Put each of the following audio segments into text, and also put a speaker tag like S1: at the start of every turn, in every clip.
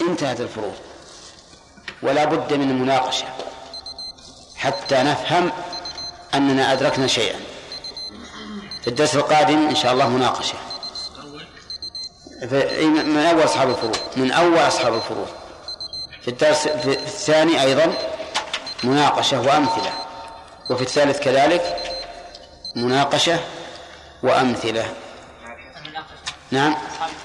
S1: انتهت الفروض ولا بد من المناقشة حتى نفهم أننا أدركنا شيئا في الدرس القادم إن شاء الله مناقشة في- من أول أصحاب الفروض من أول أصحاب الفروض في الدرس في الثاني أيضا مناقشة وأمثلة وفي الثالث كذلك مناقشة وأمثلة نعم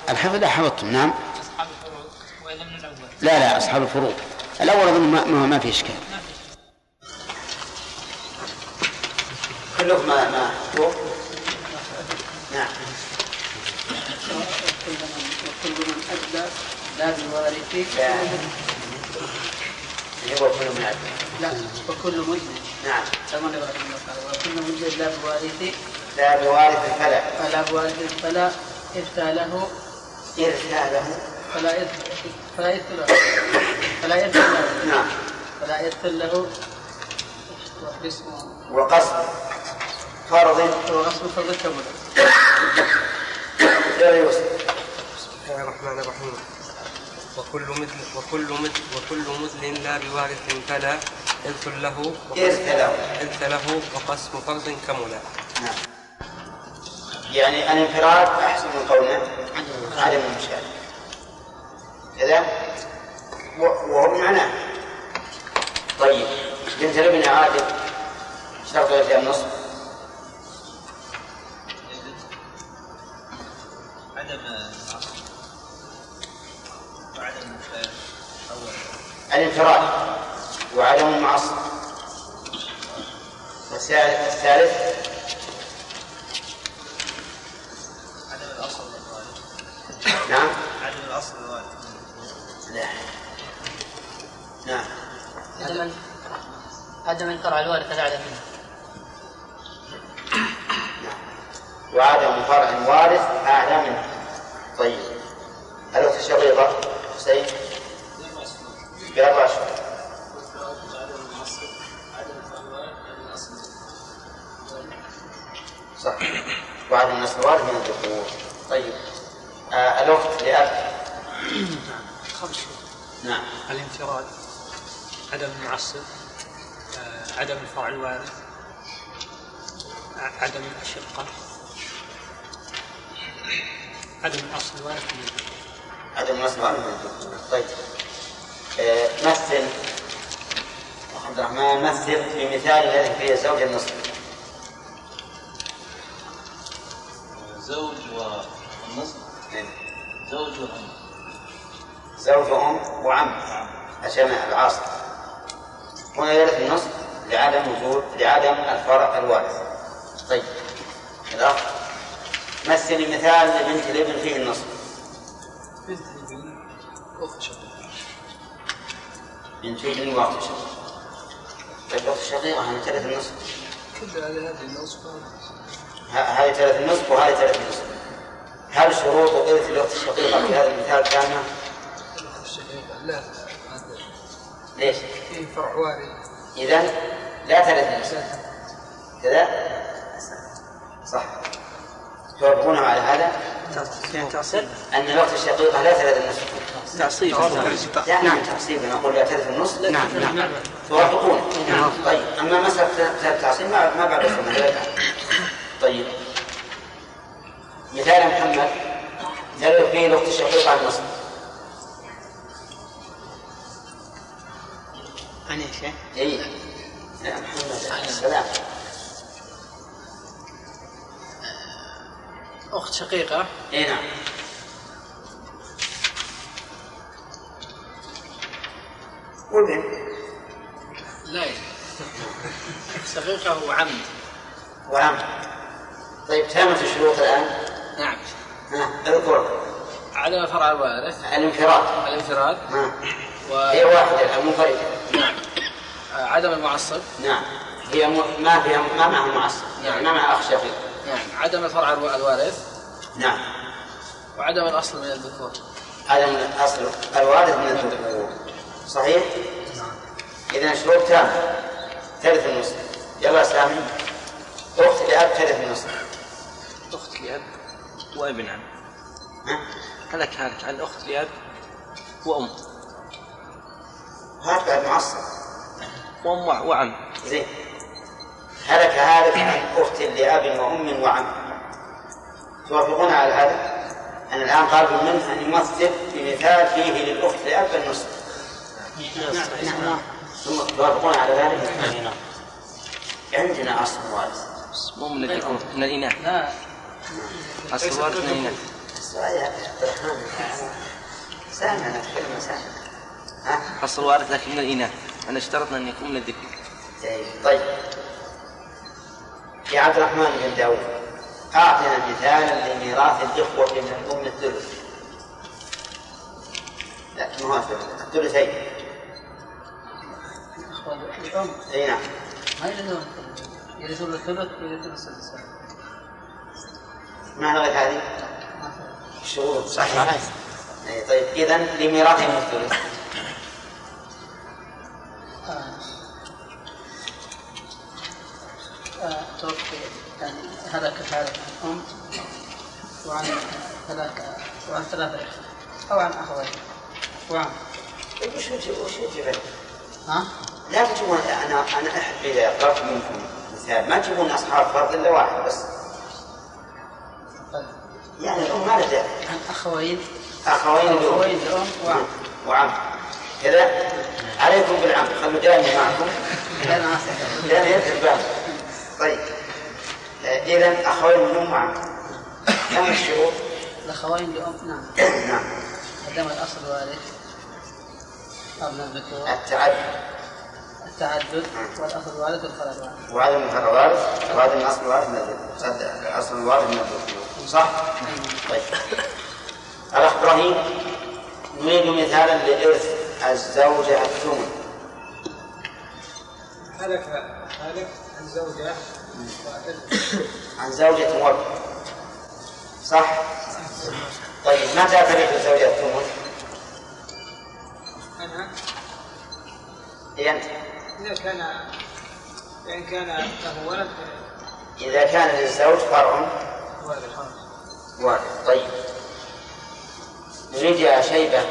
S1: الحفظ لا حفظتم نعم
S2: أصحاب الفروض وإذا من الأول
S1: لا لا أصحاب الفروض الأول أظن ما, ما, ما في إشكال كلهم ما ما نعم
S3: كل من أدلى لازم ورثه
S1: هو كل من عدل.
S3: لا وكل مجد
S1: نعم
S3: كما نقرأ في المقال وكل مجد لا بوارثه
S1: لا بوارث فلا
S3: فلا بوارث فلا إرث له
S1: إرث له
S3: فلا إرث فلا إرث له فلا إرث له
S1: نعم
S3: فلا إرث له اسمه
S1: وقصد فرض
S3: هو غصب فرض الكبر
S1: لا يوصل
S4: بسم الله الرحمن الرحيم وكل مثل وكل مثل وكل مثل لا بوارث فلا إرث له وقسم-
S1: إرث له
S4: إرث له وقسم فرض كملا
S1: نعم يعني الانفراد أحسن من قولنا عدم المشاركة كذا و- وهو معناه طيب بنت لابن عادل شرط الإسلام نصف
S5: عدم العصر وعدم المشاهد أولا
S1: الانفراد وعدم المعصر والثالث الثالث
S5: عدم الأصل للوالد
S1: نعم
S5: عدم الأصل للوالد
S1: لا نعم
S3: عدم عدم الفرع الوارث لا عدم
S1: وعدم فرع وارث أعلى منه طيب الأخت الشقيقة حسين بأربع أشهر صح وعدم النصر وارث من الذكور طيب آه الأخت لأب
S6: خمس شروط
S1: نعم
S6: الانفراد عدم المعصب آه، عدم الفرع الوارث
S7: آه،
S6: ع- عدم الأشقة عدم الأصل الوارث من الأب.
S1: عدم النصر وارث من الذكور طيب آه مثل عبد الرحمن مثل في مثال الذي فيه زوج النصر
S5: زوج والنصب زوج وهم
S1: نعم. زوج أم وعم الجمع العاصر هنا يرث النصف لعدم وجود لعدم الفرع الوارث طيب الأخ مثل مثال لبنت الابن فيه النصف
S6: بنت ابن أخت شقيقة
S1: بنت ابن واخت شقيق طيب الأخت الشقيقة هنا ترث النصف
S6: كل هذه هذه الأوصاف
S1: ه- هذه ترث النصف وهذه ترث النصف هل شروط إرث الأخت الشقيقة في هذا المثال تامة؟
S6: الأخت الشقيقة لا هذا
S1: ليش؟
S6: فيه فرع وارث
S1: إذا لا ترث النصف كذا؟ صح توافقون على هذا؟
S3: تعصيب
S1: أن الوقت الشقيقة لا ترث النصف
S3: تعصيب
S1: لا نعم تعصيب أنا أقول لا ترث النصف نعم نعم توافقون نعم طيب أما مسألة التعصيب ما ما بعد وصلنا إلى الآن. طيب مثال يا محمد ترث فيه الوقت الشقيقة النصف
S3: عن ايش؟
S1: جيد يا إيه. محمد السلام
S3: اخت شقيقه
S1: اي نعم وابن
S3: لا اخت شقيقه هو عم
S1: وعم طيب تامة الشروط الآن
S3: نعم
S1: ها اذكر
S3: عدم الفرع الوارث
S1: الانفراد
S3: الانفراد
S1: ها
S3: و
S1: آه، هي واحدة الآن منفردة
S3: نعم آه، عدم المعصب
S1: نعم هي م... ما فيها ما معها معصب يعني ما معها اخ شقيق
S3: نعم عدم الفرع الو- الوارث
S1: نعم
S3: وعدم الاصل من الذكور
S1: هذا من الاصل الوارث من الذكور صحيح؟ اذا شروط تامة ثلث النصف يلا سامي اخت لاب ثلث النصف
S6: أخت لأب وابن عم
S1: ها؟
S6: هذاك هذاك عن أخت لأب وأم
S1: ما تبعد معصب
S8: وأم وعم
S1: زين هلك هالك عن أخت لأب وأم وعم توافقون على هذا؟ أنا الآن طالب منه أن يمثل بمثال فيه للأخت لأب النصف ثم توافقون على ذلك؟ عندنا أصل وارث
S8: مو من الذكور من الإناث
S3: لا
S8: أصل الوارث من الإناث
S1: السؤال يا عبد الرحمن سامع أنا أتكلم سامع ها؟
S8: أصل الوارث لكن من الإناث أنا اشترطنا أن يكون من الذكر
S1: زين. طيب يا عبد الرحمن بن داود أعطنا مثالا لميراث الإخوة من الأم الثلث لكن ما هو الثلث الثلثين
S3: اخوان الام
S1: أي نعم
S3: ما يرثون الثلث. يرثون الثلث ويرثون السدس
S1: معنى غير هذه شروط صحيح أي طيب إذا لميراثهم الثلث
S3: آه. آه، توفي يعني هلك هلك عن أم وعن ثلاثة وعن ثلاثة إخوة أو عن أخوين وعن
S1: طيب وش وجه- وش وجه
S3: ها؟
S1: لا تجيبون انا انا احب اذا ضربت منكم مثال ما تجيبون اصحاب فرض الا واحد بس
S3: طيب
S1: يعني الام ما لها داعي
S3: عن أخوين
S1: اخوين لأم.
S3: أخوين لأم وعن
S1: وعم كذا عليكم بالعم خلوا جاني معكم
S3: لا أنا أسأل
S1: جاني يدخل باب طيب آه، اذا اخوين لأم وعم كم الشروط؟
S3: الأخوين لأم نعم
S1: نعم
S3: ما دام الأصل وارث قبل الذكور
S1: التعدد
S3: التعدد والأصل وارث والفرد وارث
S1: وعدم مفر الوارث وعدم اصل الوارث من الذكر صدق، اصل الوارث من الذكر صح؟ طيب الاخ ابراهيم نريد مثالا لارث الزوجه الثمن
S9: هلك هلك عن زوجة
S1: عن زوجة وابن صح؟ طيب متى ترث الزوجة الثمن؟
S9: أنا
S1: هي أنت
S9: إذا كان إن كان له ولد
S1: إذا كان للزوج فرع واحد طيب نريد يا شيبة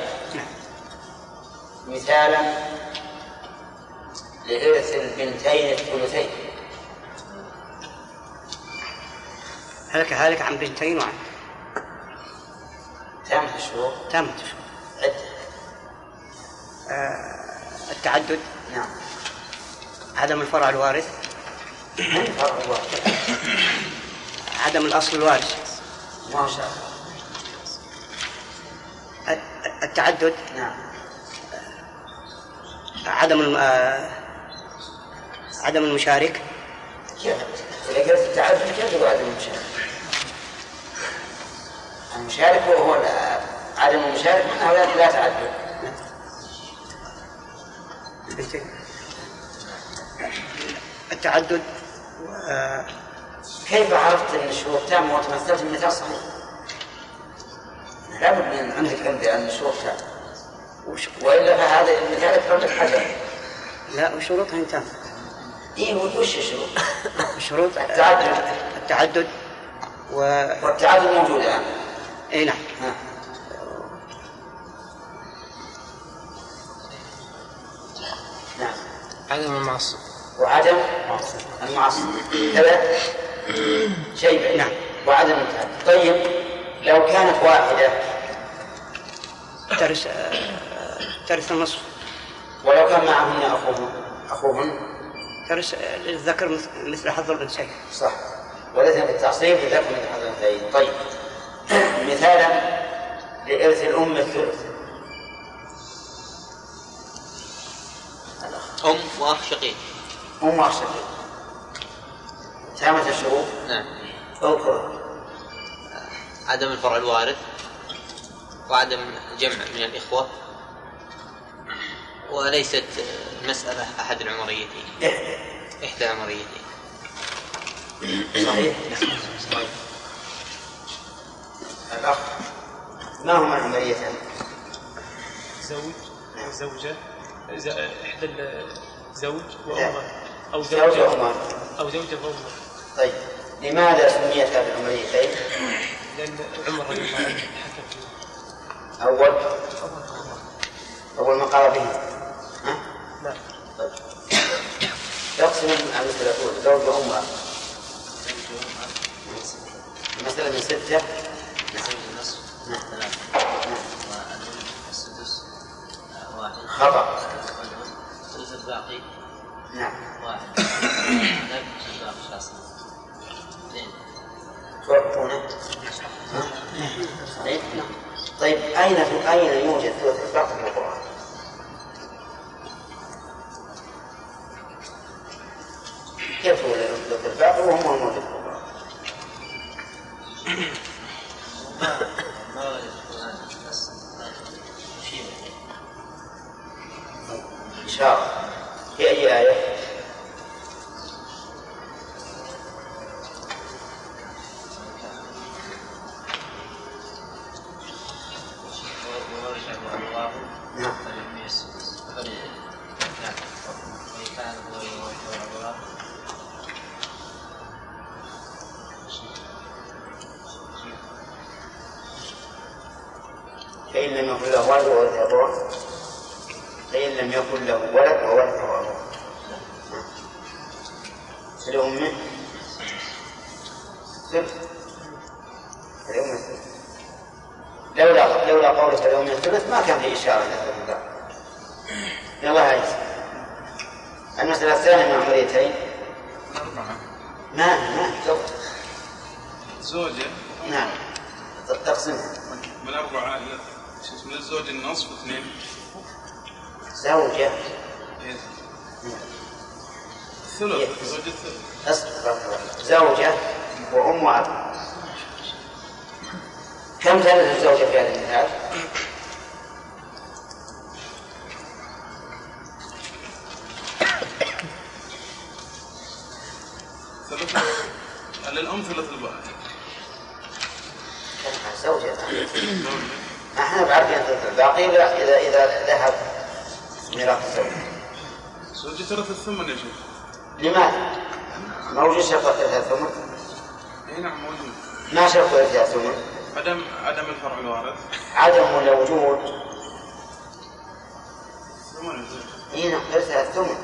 S1: مثالا لإرث البنتين الثلثين
S10: هلك هلك عن بنتين وعن
S1: تامة الشروط
S10: تامة
S1: عدة
S10: آه، التعدد
S1: نعم
S10: عدم الفرع الوارث
S1: من فرع واحد
S10: عدم الأصل الوارث
S1: ما شاء الله
S10: الت- التعدد
S1: نعم
S10: عدم الم... آه، عدم المشارك
S1: كيف إذا قلت التعدد كيف تقول عدم المشارك؟ المشارك هو هو ال- عدم المشارك من هؤلاء لا تعدد
S10: بنتين التعدد آه،
S1: كيف عرفت ان الشروط تامه وتمثلت بمثال صحيح؟ لابد من عندك علم بان الشروط تامه وش- والا فهذا المثال يكتب لك حجر
S10: لا وشروطها تامة
S1: اي إيه، وش الشروط؟
S10: الشروط
S1: التعدد.
S10: التعدد و
S1: والتعادل موجود الان
S10: اي نعم
S1: ها. نعم
S8: عدم المعصب
S1: وعدم المعصب كذا شيء
S10: نعم.
S1: وعدم التعدد طيب لو كانت واحده
S10: ترث آه، ترث النصف
S1: ولو كان معهن اخوهن اخوهن
S10: ترث آه، للذكر مثل- مثل حظ الانثيين
S1: صح وليس بالتعصيب لكن من حضرتين طيب مثالا لإرث الأم الثلث
S8: أم وأخ شقيق
S1: أم أخشب تامة الشروط
S11: نعم
S1: اذكر
S11: عدم الفرع الوارث وعدم جمع من الإخوة وليست المسألة أحد العمريتين
S1: إحدى
S11: إحدى العمريتين
S1: صحيح طيب. الأخ ما هما العمليتان؟
S7: زوج وزوجة ز- إحدى الزوج
S1: لا.
S7: وأمه أو
S1: زوج
S7: زوجة
S1: وأمه
S7: أو زوجة وأمه
S1: طيب لماذا سميت بالعمليتين؟
S7: لأن عمر رضي الله عنه حكم فيها
S1: أول أول ما قال به ها؟ من على الثلاثون زوج أمه المسألة من ستة نعم. خطأ
S12: ثلث الباقي
S1: نعم
S12: واحد لا يجوز الباقي شخص اثنين
S1: تعطونه طيب طيب أين في أين يوجد ثلث الباقي في القرآن؟ كيف هو ثلث الباقي وهو موجود في القرآن؟
S12: ما ورد في القرآن بس شيء
S1: إن شاء الله في أي آية؟
S12: ورجع الله
S1: نعم.
S12: فليميز فليميز وإن كان غير وجه الله
S1: فإن لم يكن له ولد وورثه أبوه فإن لم يكن له ولد وورثه أبوه فلأمه ثلث فلأمه ثلث لولا لولا قوله فلأمه ثلث ما كان في إشارة إلى ثلث الباقي يلا عايز المسألة الثانية مع مريتين ما ما زوجة
S6: زوجة
S1: نعم تقسمها
S6: من أربعة إلى شو اسمه للزوج النصف واثنين
S1: زوجة
S6: إيه. ثلث زوجة ثلث
S1: أصبر زوجة وأم أب كم ثلث الزوجة في هذا المثال؟
S6: ثلث للأم ثلث الباقي
S1: زوجة احنا بعرفين ثلث الباقي ولا إذا إذا ذهب ميراث الزوجة
S6: زوجة ثلث الثمن يا شيخ
S1: لماذا؟ موجود شرط ثلث الثمن
S6: إي نعم موجود
S1: ما شرط ثلث الثمن
S6: عدم عدم الفرع الوارث
S1: عدم ولا وجود
S6: ثمن يا شيخ
S1: اي نعم ثلث الثمن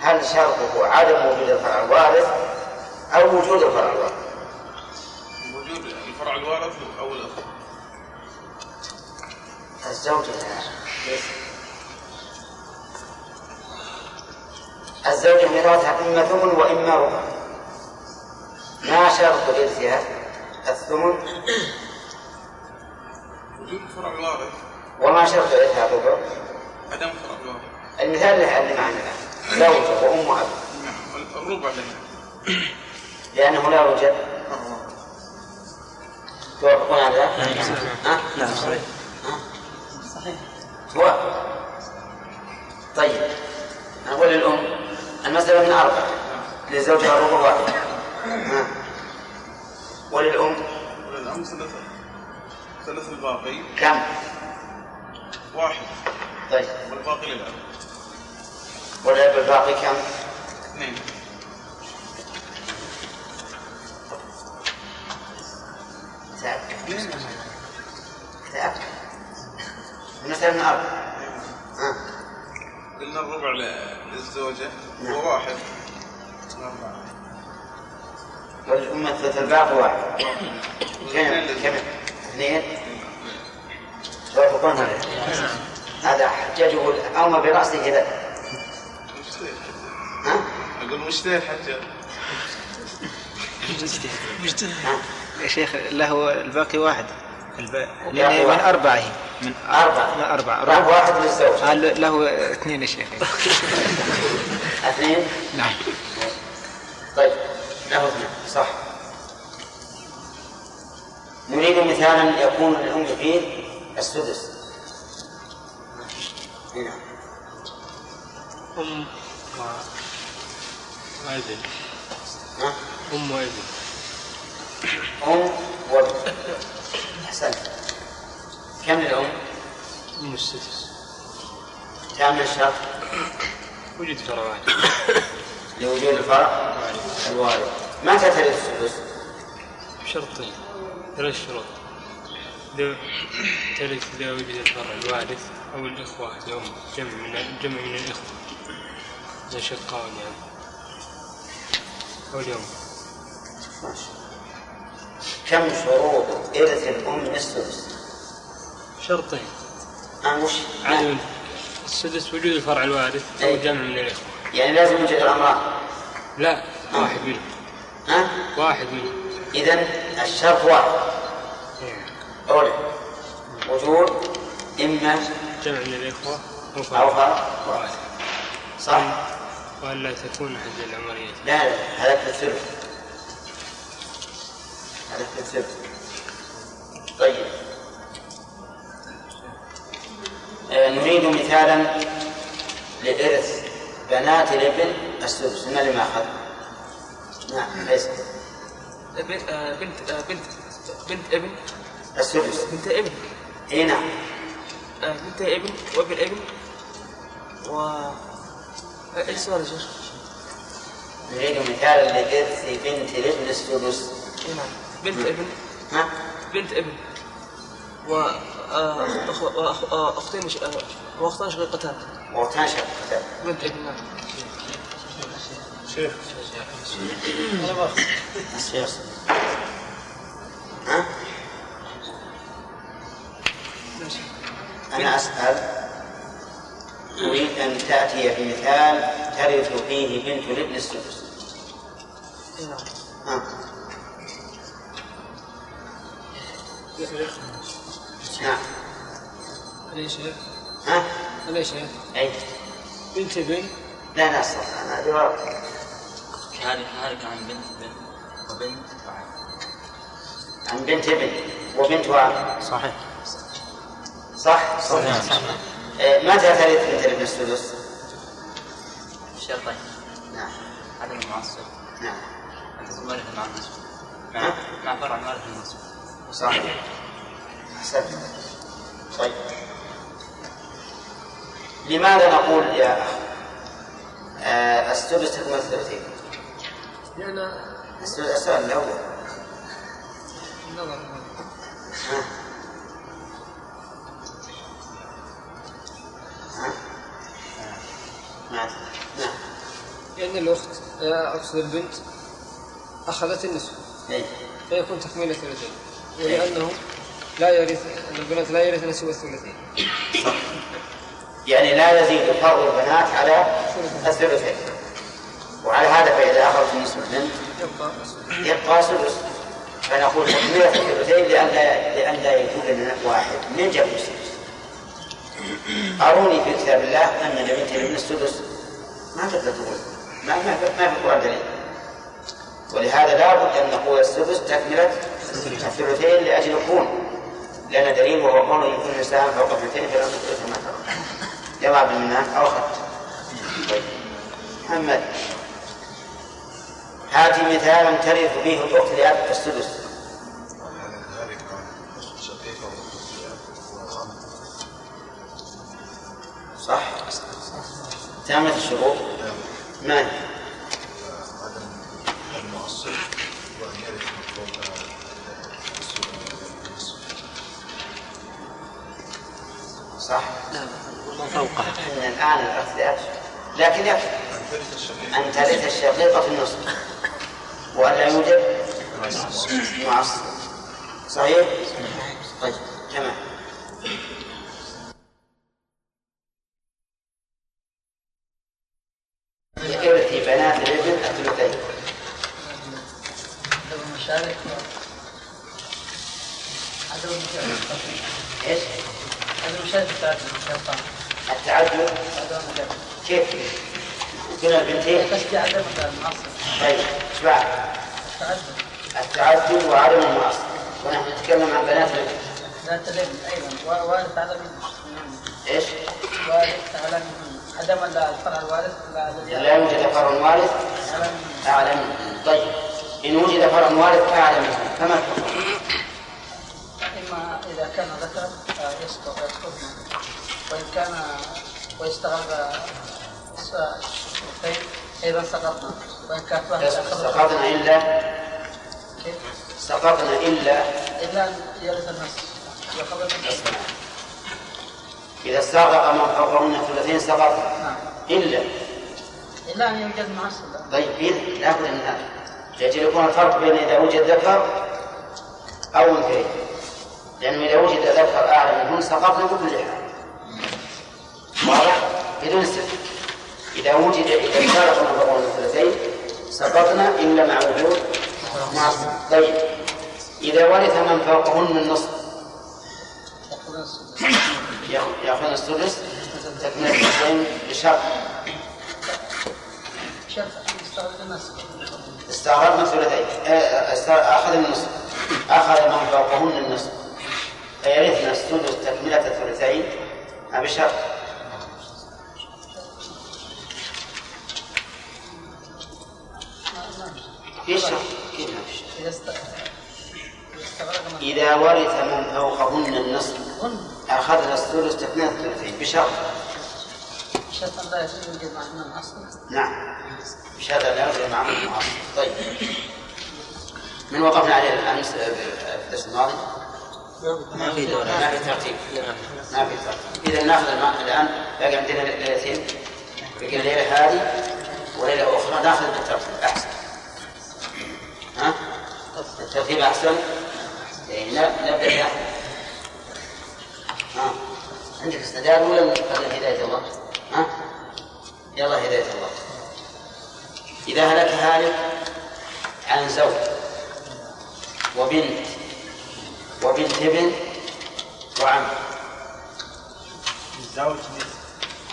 S1: هل شرطه عدم وجود الفرع الوارث أو وجود الفرع الوارث؟
S6: وجود الفرع الوارث أو الأخ
S1: الزوجة الزوجة ميراثها إما ثمن وإما ربع ما شرط الإرث الثمن
S6: وجود الفرع الوارث
S1: وما شرط إرثها الربع
S6: عدم الفرع الوارث
S1: المثال اللي اللي معنا الآن زوجة وأم أب
S6: نعم الربع لنا
S1: لأنه لا يوجد توافقون على ذلك؟ نعم نعم صحيح
S3: صحيح
S1: هو طيب نقول للأم المسألة من أربعة لزوجها ربع واحد ها. وللأم
S6: وللأم ثلث ثلث الباقي
S1: كم؟
S6: واحد
S1: طيب
S6: والباقي للأب
S1: والعلب الباقي كم؟
S6: اثنين
S1: تأكد تأكد المسألة من أربعة ها.
S6: قلنا الربع ل- للزوجة وواحد أربعة
S1: والأم الثلث الباقي واحد
S6: واثنين
S1: كم؟
S6: للزوجة.
S1: كم؟ اثنين توافقون عليه هذا حججه الأمر برأسه كذا
S6: مجتهد
S1: ها؟
S6: أقول مجتهد حتى
S13: يا شيخ له الباقي واحد الب...
S1: الباقي
S13: من
S1: واحد.
S13: أربعة هي. من
S1: أربعة.
S13: من أربعة
S1: له واحد للزوج.
S13: آه، له له اثنين يا شيخ
S1: اثنين
S13: نعم
S1: طيب له اثنين صح نريد مثالا يكون للأم فيه السدس نعم. هنا
S7: أم مع وابن
S1: ها؟
S7: أم وابن
S1: أم وابن أحسنت كم للأم؟
S7: أم السدس
S1: كامل الشرط
S7: وجد فراغات
S1: لوجود الفرع الوارد متى ترث السدس؟
S7: شرطين ثلاث شروط ذو- ثالث إذا وجد الفرع الوارث أو الإخوة لهم جمع من جمع من الإخوة لشقاء يعني أو اليوم
S1: كم شروط إرث الأم السدس؟
S7: شرطين
S1: عن وش؟
S7: عدم السدس وجود الفرع الوارث
S11: إيه.
S7: أو جمع من الإخوة
S1: يعني لازم يوجد الأمران
S7: لا واحد منهم
S1: ها؟
S7: واحد منهم
S1: إذا الشرط واحد أولا وجود إما
S7: جمع من الإخوة أو
S1: أو
S7: فرع
S1: فرع واحد صح؟
S7: وألا تكون أحد العمرية
S1: لا لا هذا في الثلث هذا في الثلث طيب آه، نريد مثالا لإرث بنات الابن السدس من اللي ما أخذ نعم ليس
S8: ب- آه، بنت آه، بنت بنت ابن
S1: السدس
S8: بنت ابن
S1: اي نعم
S8: آه، بنت ابن وابن ابن و آه، ايش السؤال يا شيخ؟
S1: نريد مثالا لإرث بنت الابن السدس
S8: اي نعم بنت ابن
S1: ها؟
S8: بنت ابن و آه، أخ- وأخ- آه، اختين مش- آه، واختان شقيقتان
S1: وتنشر كتاب
S8: بنت ابن نعم
S6: شيخ
S1: السياسة
S8: ماشي.
S1: أنا أسأل أريد أن تأتي بمثال ترث فيه بنت الابن السدس
S8: اي نعم
S1: ها. نعم
S4: علي شيخ
S1: ها؟
S4: علي شيخ
S1: أي
S4: بنت ابن
S1: لا لا أصلا أنا هذه غلط
S12: كهذه كهذه كان بنت بنت وبنت
S1: عن بنت ابن وبنت وعم
S13: صحيح
S1: صح؟
S13: صحيح. صحيح.
S1: آه، متى ترث بنت الابن السدس؟
S12: شرطين
S1: نعم
S12: عدم المعصب
S1: نعم
S12: الوارث مع النصب مع مع فرع الوارث النصب
S1: صحيح أحسنت طيب لماذا نقول يا أخ آه، السدس تكمل الثلثين؟
S8: لان
S4: يعني-
S1: السؤال السؤال الأول
S8: النظر
S1: نعم نعم
S4: لأن الأخت آه، أقصد البنت أخذت النصف
S1: أي
S4: فيكون تكملة ثلثين ولأنه لا يرث البنات لا يرثن سوى الثلثين
S1: يعني لا يزيد فرض البنات على الثلثين وعلى هذا فإذا أخذت نصف البنت
S8: يبقى
S1: يبقى سدس فنقول تكملة الثلثين لئلا لئلا يكون لنا واحد من جمع السدس أروني في كتاب الله أن لبنت ابن السدس ما تقدر تقول ما ما ما في القرآن دليل ولهذا لابد أن نقول السدس تكملة الثلثين لأجل الكون لأن دليل وهو قول يكون الإنسان فوق اثنتين فلا تكلفه ما ترى جمع بالمنام أو خط طيب. محمد هاتي مثالا ترث به الأخت لأب السدس صح تامة الشروط ما هي؟ صح؟
S13: فوقها
S1: إن الآن الأخت لأب لكن يكفي أن ترث الشقيقة النصف وأن لا يوجد معصب صحيح؟ طيب تمام لإرث بنات الابن الثلثين
S3: عدم المشارك عدم المشارك
S1: ايش؟
S3: عدم المشارك تعدد الشيطان
S1: التعدد
S3: عدم المشارك
S1: كيف؟ دون البنتين
S3: قصدي عدم المعصب
S1: طيب ايش بعد؟
S3: تعدد
S1: التعدد وعدم المعصب ونحن نتكلم عن بنات الابن
S3: ذات الابن ايضا و- وارث على من
S1: ايش؟
S3: وارث على من عدم الفرع الوارث لا- الذي
S1: لا يوجد فرع وارث
S3: على من
S1: أعلى منه طيب إن وجد فرع وارث أعلى منه فما الحكم؟
S3: إما إذا كان ذكر آه، يسقط يسقطنا وإن كان ويستغل الشقيقين أيضا سقطنا وإن كان فهد أخذ
S1: سقطنا إلا
S3: كيف؟
S1: سقطنا إلا
S3: إلا أن يرث النص يأخذ النص
S1: إذا استغرق من فوقهن ثلثين سقط
S3: نعم
S1: إلا
S3: إلا أن يوجد معصب
S1: طيب إذ لابد من هذا لأجل يكون الفرق بين إذا وجد ذكر أو أنثيين لأنه إذا وجد ذكر أعلى منهن سقطنا بكل حال واضح بدون استثناء إذا وجد إذا افترق مفرق الثلثين سقطنا إلا مع وجود معصب طيب إذا ورث من فوقهن النصف يأخذون السدس تكملة الثلثين بشرط استغربنا ثلثين آه، أخذ النصف أخذ من فوقهن النصف فيرثنا السدس تكملة الثلثين بشرط في شرط كيف ما في شرط إذا ورث من فوقهن النصف أخذنا الثلث تكملة الثلثين بشرط
S3: شرط أن لا يوجد معنا الأصل
S1: نعم بشهادة لا يوجد معهم المعاصي طيب من وقفنا عليه الآن الدرس الماضي؟
S11: ما في دورة
S1: ما في ترتيب ما في ترتيب إذا ناخذ الماء الآن باقي عندنا ليلتين باقي الليلة هذه وليلة أخرى ناخذ بالترتيب أحسن ها؟ الترتيب أحسن؟ يعني نبدأ بأحسن ها عندك استدلال ولا نقدم هداية الله؟ ها؟ يلا هداية الله إذا هلك هالك عن زوج وبنت وبنت ابن وعم
S9: الزوج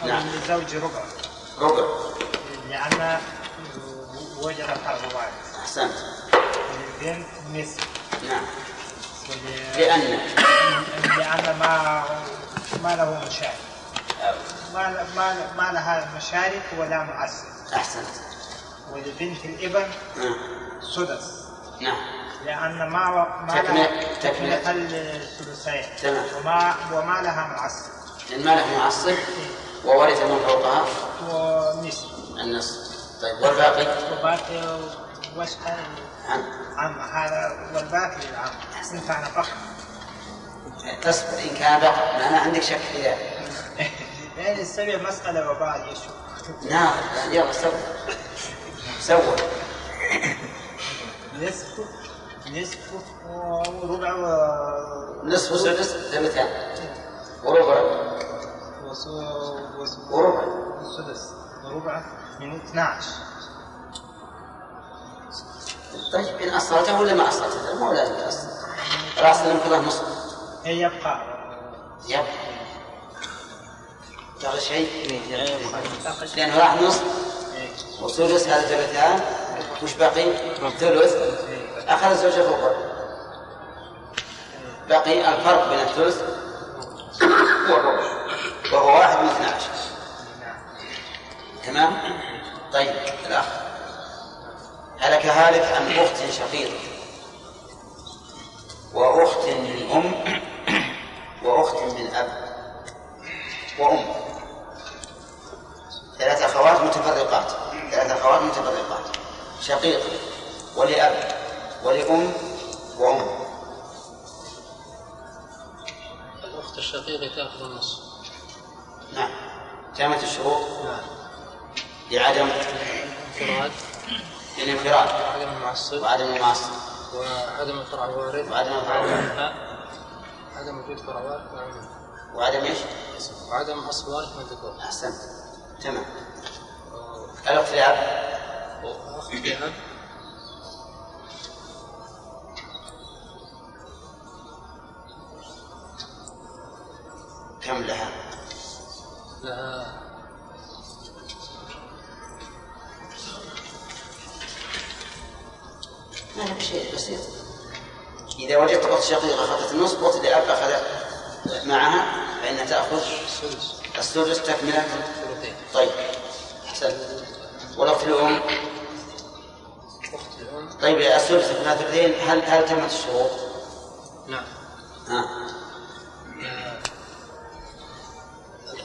S9: نعم للزوج ربع
S1: ربع
S9: لأن وجد فرض واحد
S1: أحسنت
S9: للبنت نصف
S1: نعم لأن
S9: لأن ما ما له مشارك ما ما ما لها مشارك ولا مؤسس
S1: أحسنت
S9: ولبنت الابن سدس
S1: نعم
S9: لأن ما و... ما
S1: تكمل...
S9: لها
S1: تكمل...
S9: تكملة الثلثين
S1: تمام
S9: وما وما لها معصب
S1: لأن ما لها معصب وورث من فوقها
S9: ونصف
S1: النصف طيب والباقي؟
S9: وباقي وش
S1: عم
S9: عم هذا والباقي للعم إن كان فخر
S1: تصبر إن كان بقى أنا عندك شك في ذلك
S9: يعني السبع مسألة وبعد يشوف
S1: نعم يلا صبر سوى
S9: نصف نصف وربع
S1: نصف سدس ثلثان وربع وربع
S9: سدس وربع من 12
S1: طيب إن أصلته ولا ما أصلته؟ مو لازم تأصل رأس الانقضاء نصف
S9: هي يبقى
S1: يبقى ترى شيء إيه، لأنه راح نصف وسدس هذا ثلثان وش بقي؟ ثلث أخذ الزوجة فوق بقي الفرق بين الثلث والربع وهو واحد من 12 تمام؟ طيب الأخ هلك هالك عن أخت شقيقة وأخت من أم وأخت من أب وأم ثلاث أخوات متفرقات ثلاث أخوات متفرقات شقيقة ولأب ولأم وأم
S12: الأخت الشقيقة تأخذ النصف
S1: نعم جامعة الشروط نعم لعدم
S12: انفراد
S1: للانفراد
S12: عدم المعصب
S1: وعدم المعصب
S12: وعدم الفرع الوارد
S1: وعدم الفرع الوارد.
S12: عدم وجود فرع وارد وعدم-
S1: وعدم ايش؟
S12: وعدم أصل وارث من الذكور
S1: أحسنت تمام الأخت لأب
S12: وأخت لأب
S1: كم لها؟
S12: لها
S1: ما لها شيء بسيط إذا وجدت أخت شقيقة أخذت النصف وأخت لأب أخذت معها فإنها تأخذ
S12: السدس
S1: السدس تكملة
S12: ثلثين
S1: طيب أحسنت والأخت الأم
S12: أخت الأم
S1: طيب السدس تكملة ثلثين هل هل تمت الشروط؟
S12: نعم
S1: ها
S4: آه،
S12: لها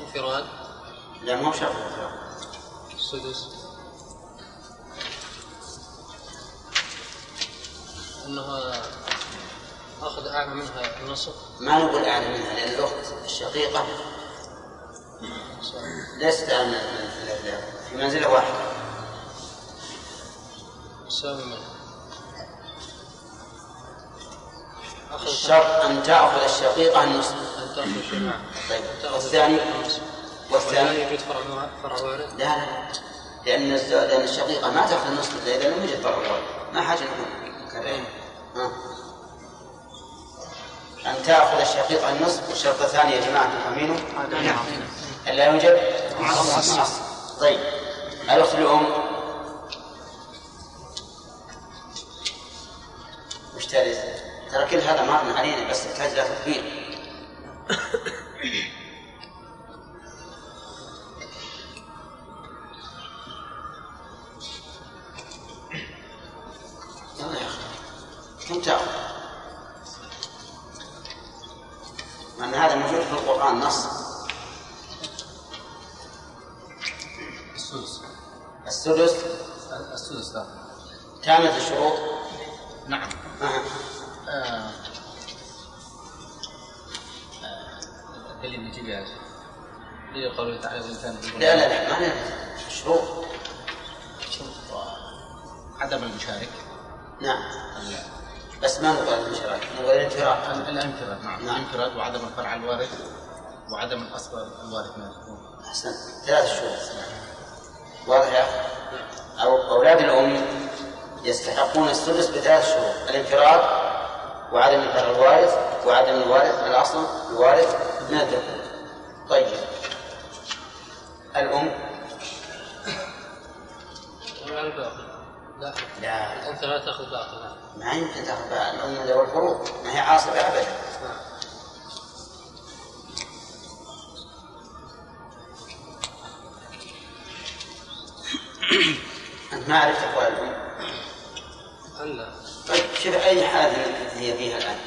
S12: الانفراد
S1: لا مو شرط
S12: السدس أنها أخذ أعلى منها النصف
S1: ما نقول أعلى منها لأن الأخت الشقيقة ليست أعلى من الثلاثة في منزلة واحدة
S12: يساوي منه
S1: الشرط أن تأخذ الشقيقة النصف
S12: أن تأخذ الشقيقة
S1: طيب والثاني والثاني
S12: ولا يوجد فرع وا- فرع وارث
S1: لا لا لأن الز- لأن الشقيقة ما تأخذ النصف إلا إذا لم يوجد فرع وارث ما حاجة نقول كذا. آه. أن تأخذ الشقيقة النصف والشرط الثاني يا جماعة تفهمينه؟ ألا يوجد؟ معصب طيب الأخت الأم وش ترث؟ ترى كل هذا مر علينا بس تحتاج إلى تفكير يلا يا أخي كم تأخذ؟ مع أن هذا موجود في القرآن نص
S12: السدس
S1: السدس
S12: السدس لا
S1: كانت الشروط
S12: نعم آه. آه. اللي بيجيبها يا شيخ اللي قوله تعالى وإن كان ذو
S1: لا لا
S12: قربى.
S1: لا ما لها شروط
S12: آه، عدم المشارك
S1: نعم بس ما نقول الانشراك نقول الانفراد
S12: ال- الانفراد نعم
S1: نعم.
S12: الانفراد وعدم الفرع الوارث وعدم الاصل الوارث من الحكومه
S1: أحسن ثلاث شروط واضح يا أخي أو أولاد الأم يستحقون السدس بثلاث شروط الانفراد وعدم الفرع الوارث وعدم الوارث الأصل الوارث من الذكور طيب الأم
S12: الان باخذ لا
S1: لا
S12: انت لا تاخذ باخذ
S1: ما يمكن تاخذ بها الأم ذوي الفروض ما هي عاصبة أبدا أنت ما عرفت أقوال الأم
S12: الا
S1: طيب شوف أي حالة هي فيها الآن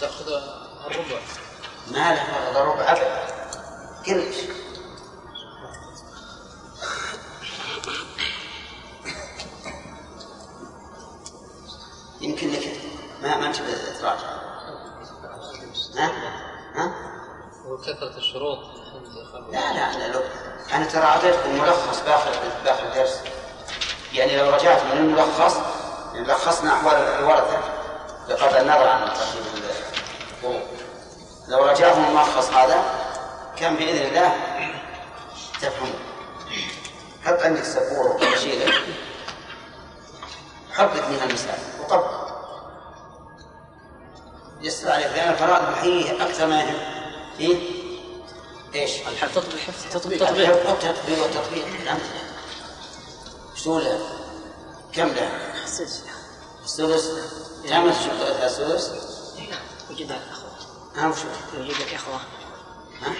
S12: تاخذ الربع
S1: ما له فرض ربع أبدا كلش يمكن لك ما ما تبي تراجع ها؟ ها؟
S12: وكثره الشروط عندي خبر.
S1: لا لا أنا لو أنا ترى أعطيتكم ملخص داخل داخل الدرس يعني لو رجعت من الملخص لخصنا أحوال الورثة بغض النظر عن ترتيب الفروق لو رجعت من الملخص هذا كان بإذن الله تفهم حط عندك سبورة وشيلة حط لك منها المسائل وطبق يسر عليك لأن الفرائض الحقيقية أكثر ما يهم إيه؟ ايش؟
S12: الحفظ الحفظ تطبيق
S1: تطبيق تطبيق تطبيق الأمثلة شو له؟ كم له؟
S3: السدس
S1: السدس كم السدس؟ نعم،
S3: نعم وجد الأخوة
S1: ها وشو؟
S3: وجد الإخوة
S1: ها؟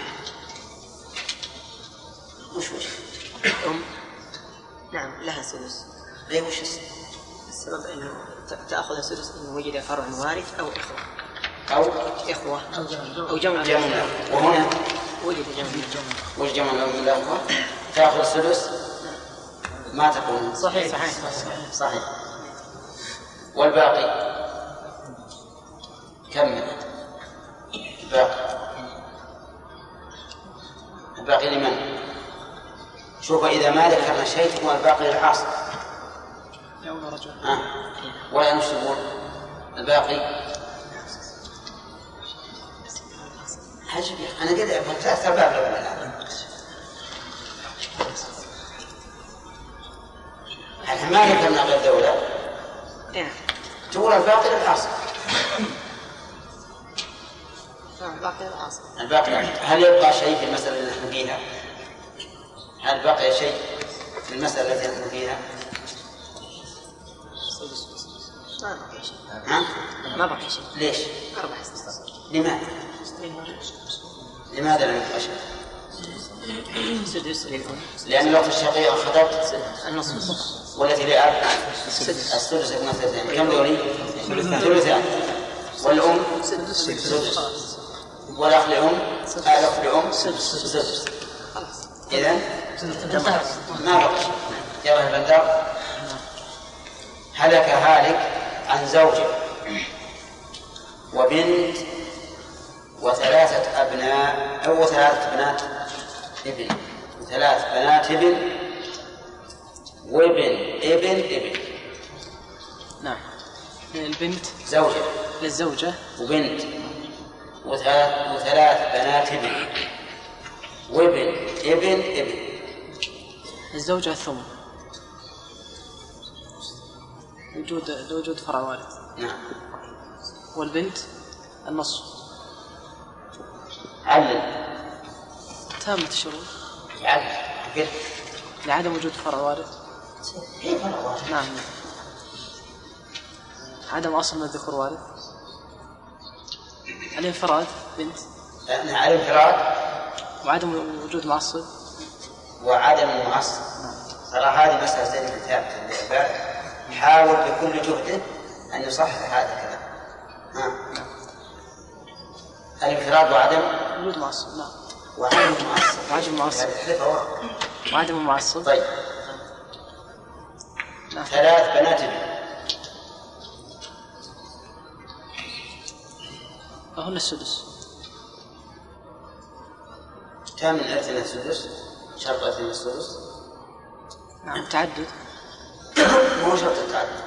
S1: وش وش؟
S3: الأم نعم لها سدس
S1: أي وش السدس؟
S3: السبب أنه ت- تأخذ السدس إن وجد فرع وارث أو إخوة
S1: أو
S3: إخوة أو جمع
S1: جمع وهنا
S3: وجد جمع
S1: وش جمع الأم الأخوة؟ تأخذ السدس؟ ما تقول
S3: صحيح صحيح صحيح
S1: صحيح والباقي كمل الباقي الباقي لمن؟ شوف إذا ما ذكرنا شيء ثم الباقي للعاصي
S3: يوم رجل
S1: آه. ولا ينصبون الباقي عجب يا أخي أنا قد أعرف ثلاث أرباع العلماء الآن احنا ما ذكرنا غير دولة
S3: نعم
S1: تقول الباقي للعاصي
S3: نعم باقي العاصمة
S1: الباقي يعني، هل يبقى شيء في المسألة اللي نحن فيها؟ هل بقي شيء في المسألة التي نحن فيها؟
S3: ما بقي شيء
S1: ها؟
S3: ما بقي شيء
S1: ليش؟
S3: أربع سدس
S1: لماذا؟ لماذا لم يبقى شيء؟
S3: سدس للأم
S1: لأن الوقت الشقيقة خطبت
S3: النصف
S1: والتي لأب السدس يكون ثلثان كم دوري؟ ثلثان والأم سدس والأخ لأم آه، الأخ لأم سدس إذا ما بقي شيء يا أهل البندر هلك هالك عن زوجه وبنت وثلاثة أبناء أو ثلاثة بنات ابن ثلاث بنات ابن وابن ابن ابن
S14: نعم البنت
S1: زوجة
S14: للزوجة
S1: وبنت وثلاث وثلاث بنات ابن وابن ابن ابن
S14: الزوجة الثمن وجود وجود فرع والد
S1: نعم
S14: والبنت النصف
S1: علل
S14: تامة الشروط
S1: علل
S14: لعدم وجود فرع والد نعم عدم أصل من الذكور والد الانفراد بنت
S1: نعم الانفراد
S14: وعدم وجود معصب
S1: وعدم المعصب ترى هذه مسألة زي ما ثابتة للعباد حاول بكل جهده أن يصحح هذا الكلام نعم الانفراد وعدم
S14: وجود معصب نعم
S1: وعدم المعصب
S14: وعدم المعصب وعدم المعصب
S1: طيب
S14: نعم.
S1: ثلاث بنات ابن
S14: هن السدس
S1: كم من أرثنا السدس شرط أرثنا السدس
S14: نعم تعدد
S1: مو شرط التعدد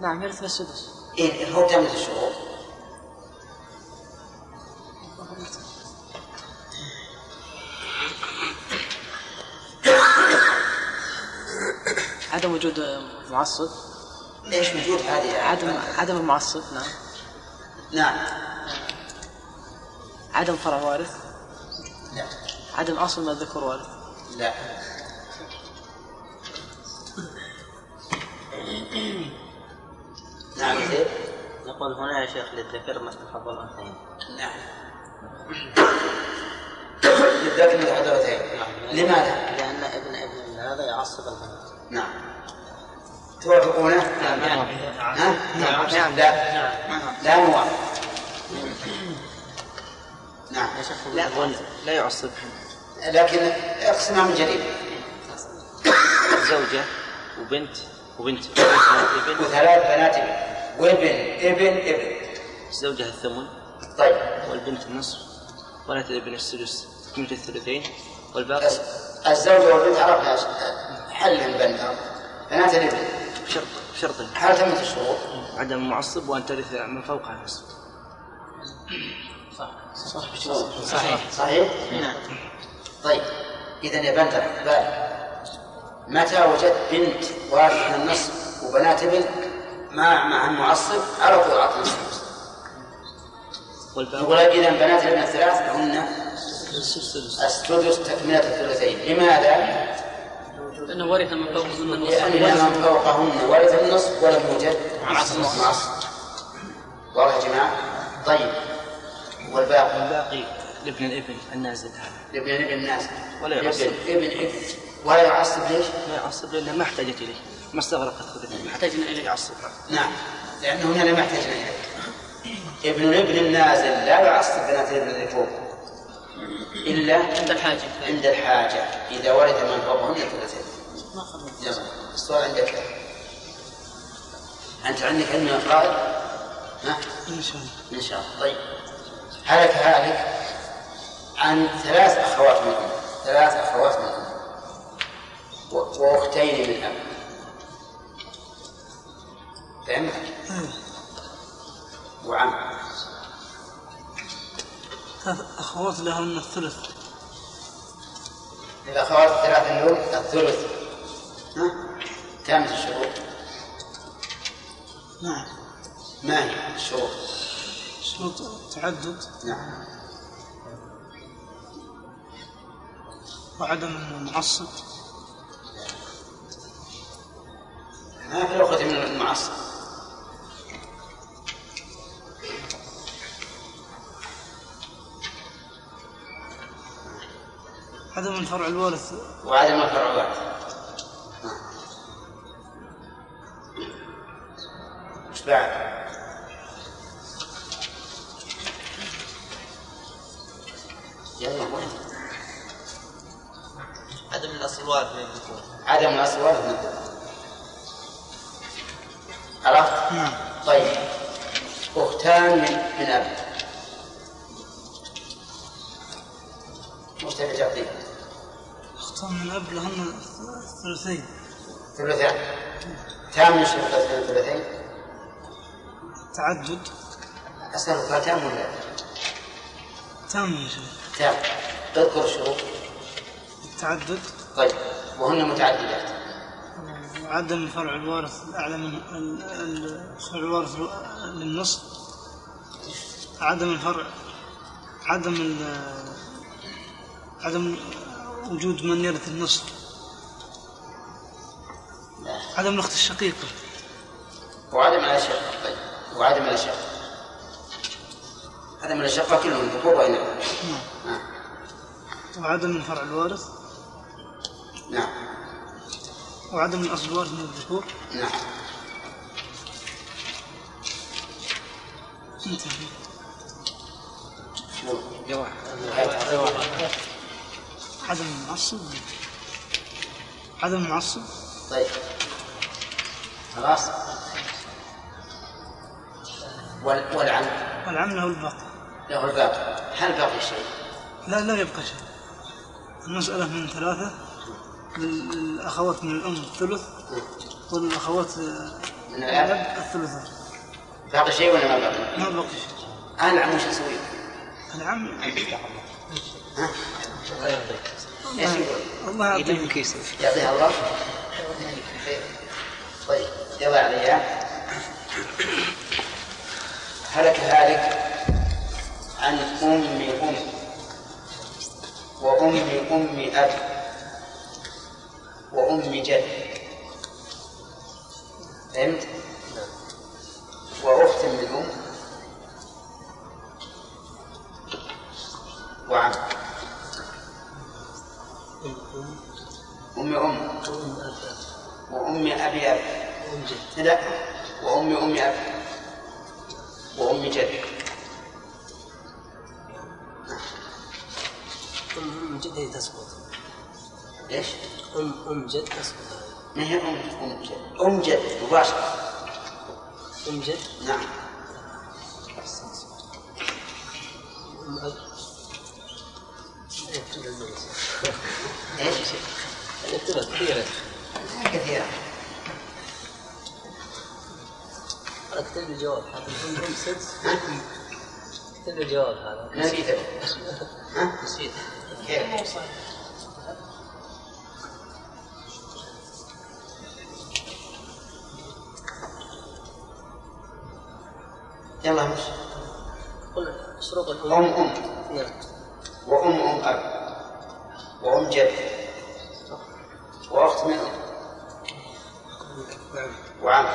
S14: نعم يرثنا السدس
S1: إيه هو تمت الشروط
S14: عدم وجود معصب
S1: ليش وجود هذه
S14: عدم عدم المعصب نعم
S1: نعم
S14: عدم فرع وارث
S1: لا
S14: عدم اصل من الذكور وارث
S1: لا نعم زيد
S11: نقول هنا يا شيخ للذكر مثل حظ الانثيين
S1: نعم للذكر مثل حظ الانثيين لماذا؟
S11: لان ابن ابن هذا يعصب البنات
S1: نعم توافقونه؟
S11: نعم
S1: ها؟ نعم لا لا موافق نعم
S11: يا شيخ
S1: لا.
S11: لا لا يعصبهم
S1: لكن اقسمها من جديد
S11: زوجة وبنت وبنت
S1: وثلاث بنات ابن وابن ابن ابن
S11: الزوجة الثمن
S1: طيب
S11: والبنت النصف بنات الابن السدس تكملة الثلثين والباقي
S1: الزوجة والبنت عرفنا حلهم بنتها بنات الابن
S11: بشرط بشرط
S1: هل تمت الشروط؟
S11: عدم المعصب وان ترث من فوقها النصف
S14: صح
S1: صحيح صحيح؟ نعم طيب إذا يا بنت بالك متى وجدت بنت وارثة النصف وبنات ابن مع مع المعصب على طول أعطي نصف النصف.
S11: والباقي
S1: يقول إذا بنات الابن الثلاث هن
S11: السدس
S1: السدس تكملة الثلثين لماذا؟
S14: انه ورث من فوقهن
S1: لأن من فوقهن ورث النصف ولم يوجد
S14: معصب.
S1: معصب واضح يا جماعة؟ طيب والباقي
S11: والباقي لابن الابن النازل هذا
S1: لابن ابن الناس
S11: ولا
S1: لابن-
S11: يعصب.
S1: ابن ابن ولا يعصب ليش؟
S11: لا يعصب لانه ما احتاجت اليه ما استغرقت خبرته ما
S14: احتاجنا اليه
S11: يعصب
S1: نعم لأنه هنا لم يحتاج إليه ابن الابن النازل لا يعصب بنات الابن الذي فوق إلا عند
S14: الحاجة
S1: عند الحاجة إذا ورث من فوقهن الثلاثين يلا السؤال عندك أنت عندك علم يا قائد؟ ها؟
S14: ان شاء الله
S1: إن شاء الله طيب هلك هالك عن ثلاث أخوات منهم ثلاث أخوات منهم و- وأختين من أب فهمت؟
S14: آه.
S1: وعم
S14: اخوات لهن الثلث
S1: الأخوات الثلاث النور الثلث ها؟ تامة الشروط
S14: نعم
S1: ما هي الشروط؟
S14: شروط تعدد
S1: نعم
S14: وعدم المعصب
S1: ما في الأخوة من المعصب
S14: عدم الفرع الوارث
S1: وعدم الفروعات نعم. وش بعد؟ يلا وين؟
S11: عدم الاصل وارث من الذكور
S1: عدم الأصوات مثل عرفت؟
S11: نعم.
S1: طيب أخت أختان من من أب وش تبي تعطيه؟
S14: أختان من أب لهن الثلثين
S1: ثلثان تام من شروط الثلثين
S14: تعدد
S1: أسألك تام ولا لا؟
S14: تام يا شيخ
S1: تام اذكر الشروط
S14: تعدد
S1: طيب وهن متعددات
S14: عدم فرع الوارث أعلى من ال- ال- فرع الوارث للنصف عدم الفرع عدم ال- عدم وجود من يرث النصف عدم الأخت الشقيقة
S1: وعدم الأشقة طيب وعدم الأشقة عدم الأشقة كلهم ذكور وإناث
S14: وعدم من فرع الوارث
S1: نعم
S14: وعدم من أصل الوارث من الذكور
S1: نعم
S14: انتهى عدم المعصب عدم المعصب
S1: طيب خلاص وال- والعم
S14: والعم له الباقي
S1: له الباقي هل باقي شيء؟
S14: لا لا يبقى شيء المسألة من ثلاثة لل- للأخوات من الأم الثلث والأخوات آه،
S1: من الأب
S14: الثلثان
S1: باقي شيء ولا ما باقي؟
S14: ما بقي شيء
S1: أنا العم وش أسوي؟
S14: العم
S1: الله يرضيك ايش يقول؟
S14: الله يعطيه
S1: يعطيها الله طيب يلا عليها هلك هالك عن أم أم وأم أم أب وأم جد فهمت؟ وأخت من أم وعم أم أم وأم أبي أب لا وأم أم أب وأم جد
S11: أم جد هي تسقط
S1: إيش؟
S11: أم أم جد تسقط
S1: ما هي أم أم جد أم جد مباشرة
S11: أم جد
S1: نعم
S11: أم أب
S1: إيش؟
S11: الثلاث كثيرة
S1: كثيرة
S11: اكتب لي جواب هذا أم أم سدس اكتب لي جواب هذا
S1: نسيته.
S11: نسيت
S1: كيف؟ يلا مش
S11: قلنا شروط الأم
S1: أم أم
S11: نعم
S1: وأم أم أب وأم جد وأخت من أم وعم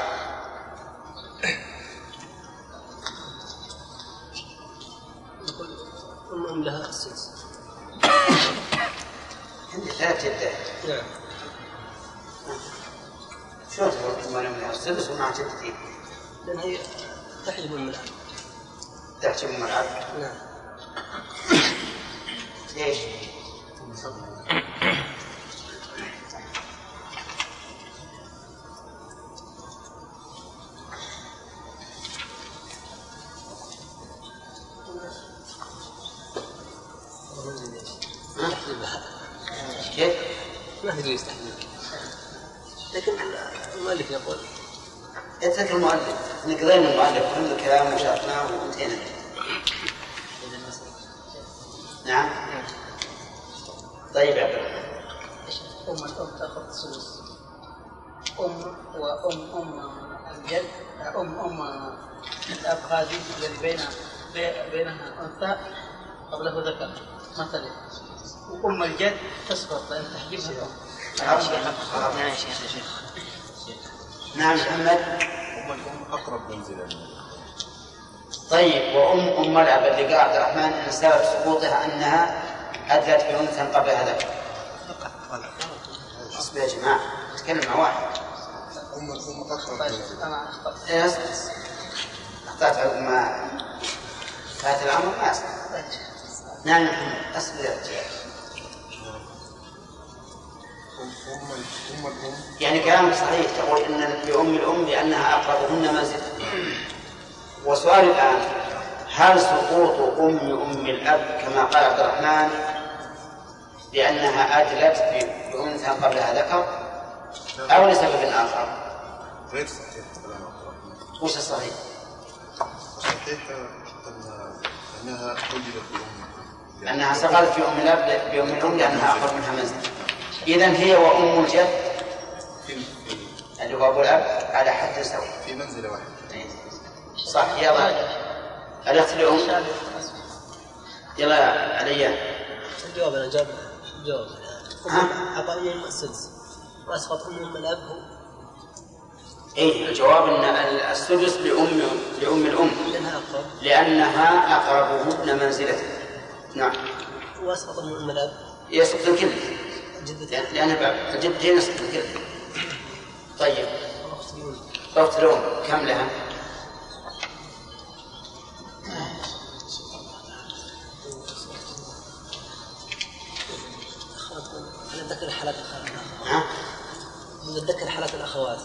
S11: نقول أم أم لها سدس
S1: عندي ثلاث جدات
S11: نعم
S1: شلون تقول أم أنا من السدس ومع جدتي
S11: لأن هي تحجب أم الأب
S1: تحجب أم الأب
S11: نعم
S1: ليش؟ كيف؟
S11: ما تدري يستحمل لكن المؤلف يقول
S1: اترك المؤلف نقضينا المؤلف كل كلامه وشرحناه وانتهينا نعم طيب يا عبد الرحمن
S3: أم الأم تأخذ ثلث أم وأم أم الجد أم أم الأب هذه الذي بين بي- بينها أنثى قبله ذكر مثلا وأم الجد تسقط لأن تحجبها الأم
S1: نعم يا شيخ نعم محمد
S6: اقرب منزلا
S1: طيب وام ام ملعب اللي قال عبد الرحمن ان سبب سقوطها انها ادلت بانثى قبل هذا اصبر يا جماعه تكلم مع واحد
S8: أم الأم أقرب
S3: أنا أخطأت
S1: إيه، اصبر اخطات عقب ما فات الامر ما اصبر نعم يا محمد اصبر يا رجال
S8: أم الأم
S1: يعني كلامك صحيح تقول ان بام الام لانها اقربهن منزلا وسؤالي الآن هل سقوط أم أم الأب كما قال عبد الرحمن لأنها أدلت بأنثى قبلها ذكر أو لسبب آخر؟
S6: غير صحيح كلام عبد الرحمن
S1: وش الصحيح؟
S6: الصحيح أن- أنها ولدت بأم
S1: أنها سقطت بأم الأب بأم الأم لأنها أخر منها منزل إذا هي وأم الجد اللي هو أبو الأب على حد سواء
S6: في منزلة واحدة
S1: صح يلا الأخت الأم يلا عليا
S11: الجواب انا جاب الجواب عطاني السدس واسقط امهم الاب هو
S1: إيه الجواب أن السدس لأم لأم الأم
S11: لانها اقرب
S1: لأنها أقربهن منزلة نعم
S11: واسقط امهم الاب
S1: يسقط الكل لأن- لأن باب الجد يسقط الكل طيب أخت الأم كم لها؟
S11: انا اتذكر حالات الاخوات نتذكر حالات الاخوات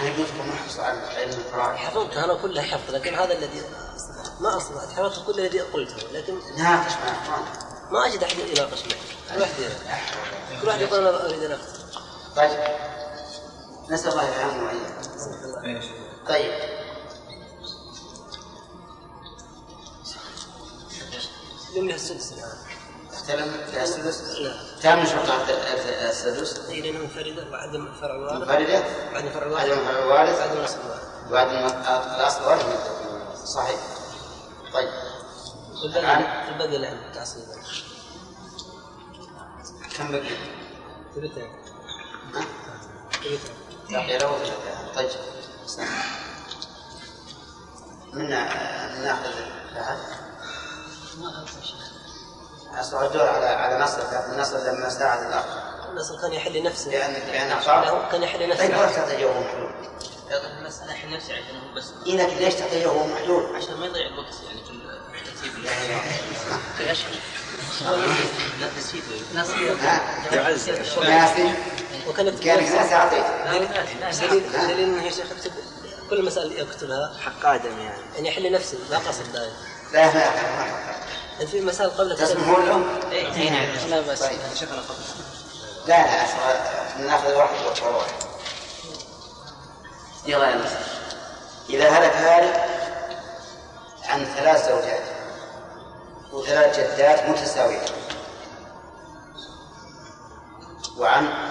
S1: أنا قلت لكم أحرص على علم الفرائض
S11: حفظتها انا كلها حفظ لكن هذا الذي ما استطعت حفظت كل الذي قلته لكن
S1: ناقش مع اخوانك
S11: ما اجد احد يناقش معي كل واحد يناقش. كل واحد يقول انا اريد ان اكتب
S1: طيب نسأل الله العافية وإياك طيب
S11: يوم لها السدس الان
S1: استلم لها السدس؟
S11: نعم
S1: تام شرطة السدس
S11: هي لانها منفرده وعدم فرع الوارث
S1: منفردة
S11: وعدم فرع الوارث
S1: عدم فرع الوارث
S11: وعدم نصب الوارث
S1: بعد ما- الأصل وارث من- صحيح طيب الآن
S11: الباقي لها تعصيب
S1: كم بقي؟
S11: ثلثين
S1: بقي له ثلاثة. طيب استنى. منا ناخذ لها أصبح الدور على على نصر نصر لما ساعد الأخ
S11: النصر كان يحل نفسه
S1: لأن لأن
S11: لا، كان يحل نفسه
S1: طيب ليش تعطيه وهو محلول؟
S12: المسألة أحل نفسي عشان هو بس
S1: إيه لكن ليش تعطيه وهو محلول؟
S12: عشان ما يضيع الوقت يعني في الترتيب
S1: في
S12: الأشهر لا نسيت
S1: ناسي
S12: طيب.
S1: ناسي
S11: وكان يكتب
S1: كان ناسي أعطيته
S11: دليل دليل انه يا شيخ اكتب كل مسألة يكتبها
S10: حق ادم يعني
S11: يعني يحل نفسه لا قصد دايم
S1: لا لا لا
S11: انت في مسائل قبلك
S1: تسمحون لهم؟
S11: اي نعم لا بس شيخنا قبل
S1: لا لا أصبح ناخذ واحد وأخر واحد يلا يا نصر إذا هلك هالك عن ثلاث زوجات وثلاث جدات متساوية وعن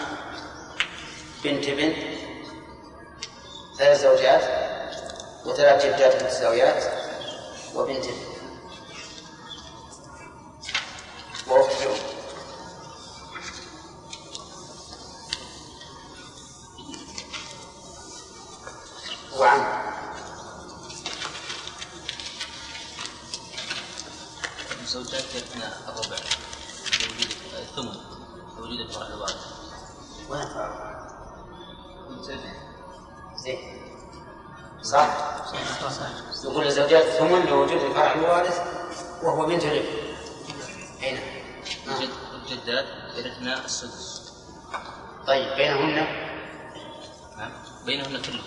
S1: بنت بنت ثلاث زوجات وثلاث جدات متساويات وبنت بنت وأخت أم وعم
S12: زوجات ابناء الربع موجودة الثمن موجودة في فرع الوالد
S1: وين زين صح؟ يقول لزوجات الثمن لوجود الفرع الوارث وهو بنت الابن أين؟
S12: الجدات يرثن السدس
S1: طيب بينهن
S12: نعم بينهن كلهم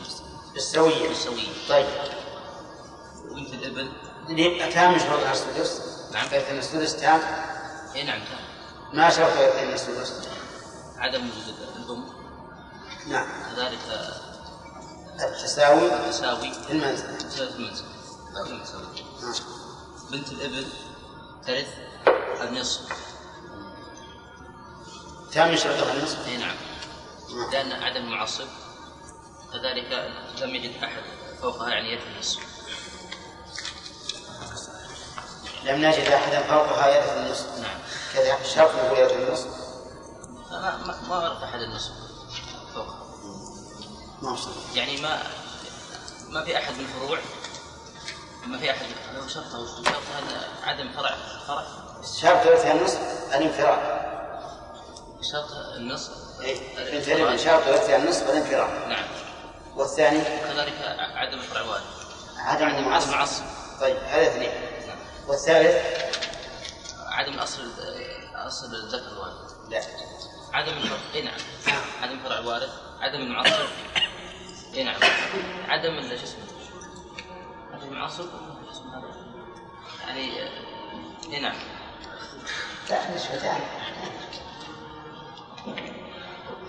S1: بالسوية
S12: بالسوية
S1: طيب
S12: وبنت الابن
S1: ليه تام شرطها السدس؟
S12: نعم
S1: يرثن السدس تام
S12: اي نعم تمام
S1: ما شرط يرثن السدس؟
S12: عدم وجود الام
S1: نعم
S12: كذلك آه،
S1: التساوي
S12: تساوي
S1: في المنزل
S12: تساوي في المنزل كلهم يساوون.
S1: نعم.
S12: بنت الابن ترث النصف
S1: تام شرطها النصف؟
S12: اي نعم لان عدم معصب كذلك لم يجد احد فوقها يعني يرث النصف
S1: لم نجد أحدا فوقها يرث النصف
S12: نعم
S1: كذا شرط يقول يرث النصف
S12: ما ما- ما عرف احد النصف فوقها
S1: ما وصل
S12: يعني ما ما في احد من الفروع ما في احد لو شرطه وش شرطه ان عدم فرع فرع
S1: شرط يرثها النصف الانفراد
S12: شرط النصف
S1: إيه. بنت الابن شرط يرثها النصف يعني الانفراد
S12: نعم
S1: والثاني
S12: كذلك عدم فرع الوالد
S1: عدم المعصب
S12: المعصب
S1: طيب هذا اثنين والثالث
S12: عدم اصل اصل الذكر الوالد
S1: لا
S12: عدم الفرع اي نعم عدم فرع الوارث عدم المعصب اي نعم عدم ال- شو اسمه عدم المعصب شو اسمه هذا؟ يعني آه، اي نعم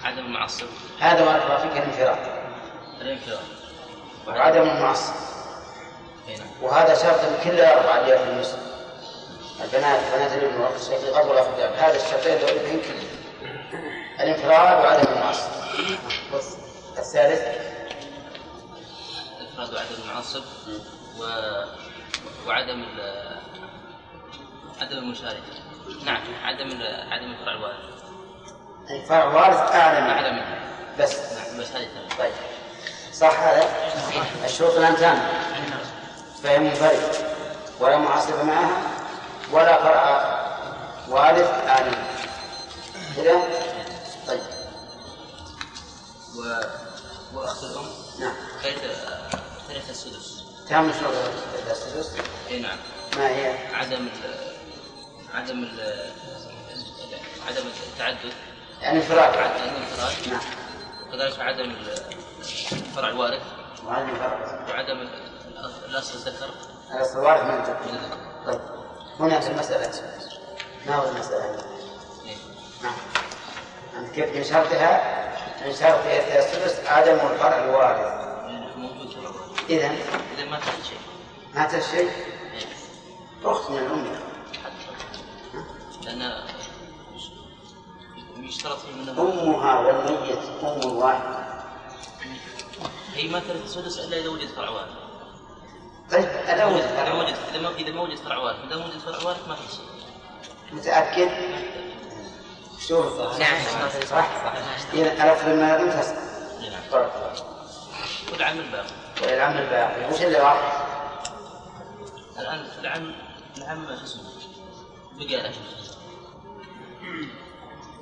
S12: عدم المعصب
S1: هذا ما نقرأ فيه الانفراد
S12: الانفراد
S1: وعدم المعصب
S12: اي نعم
S1: وهذا شرط كل الأربعة اللي في المسلم البنات بنات الابن والشقيقات والأخوات هذا الشرطين دول من كله الانفراد وعدم المعصب بص الثالث
S12: الافراد وعدم المعصب و... وعدم ال... عدم المشاركه نعم عدم ال... عدم الفرع الوارث
S1: الفرع وارث أعلى منه.
S12: اعلى منه
S1: بس
S12: نعم بس هذه
S1: طيب صح هذا؟ الشروط الآن تامة فهي منفرد ولا معصب معها ولا فرع وارث أعلى منه. كذا؟ طيب
S12: و... واخت الام
S1: نعم
S12: ثالث ثالث السدس
S1: تام شروط السدس
S12: اي نعم
S1: ما هي؟
S12: عدم ال... عدم ال... عدم التعدد
S1: الانفراد.
S12: عدم الانفراد
S1: يعني نعم
S12: وكذلك عدم ال- الفرع الوارث
S1: وعدم الفرع
S12: وعدم ال- الاصل الذكر
S1: الأصل وارث من الذكر. طيب هنا في المسألة ما هو المسألة؟ نعم عن كيف من شرطها من شرط السدس عدم الفرع الوارث
S12: إيه. موجود في الوارث.
S1: إذا
S12: اذا ما تحت شيء
S1: مات الشيء أخت من الأم
S12: لان يشترط فيه منه
S1: أمها والميت أم واحدة
S12: هي ما ترث السدس الا اذا وجد فرع وارث
S1: طيب
S12: اذا وجد اذا ما وجد اذا ما اذا ما وجد فرع وارث اذا ما وجد فرع وارث ما في شيء
S1: متأكد؟ شوف
S12: نعم.
S1: صح؟ إذا الأخت من الأم تسأل طيب
S12: والعم الباقي
S1: والعم الباقي وش اللي راح؟
S12: الان العم العم شو اسمه بقى له شو اسمه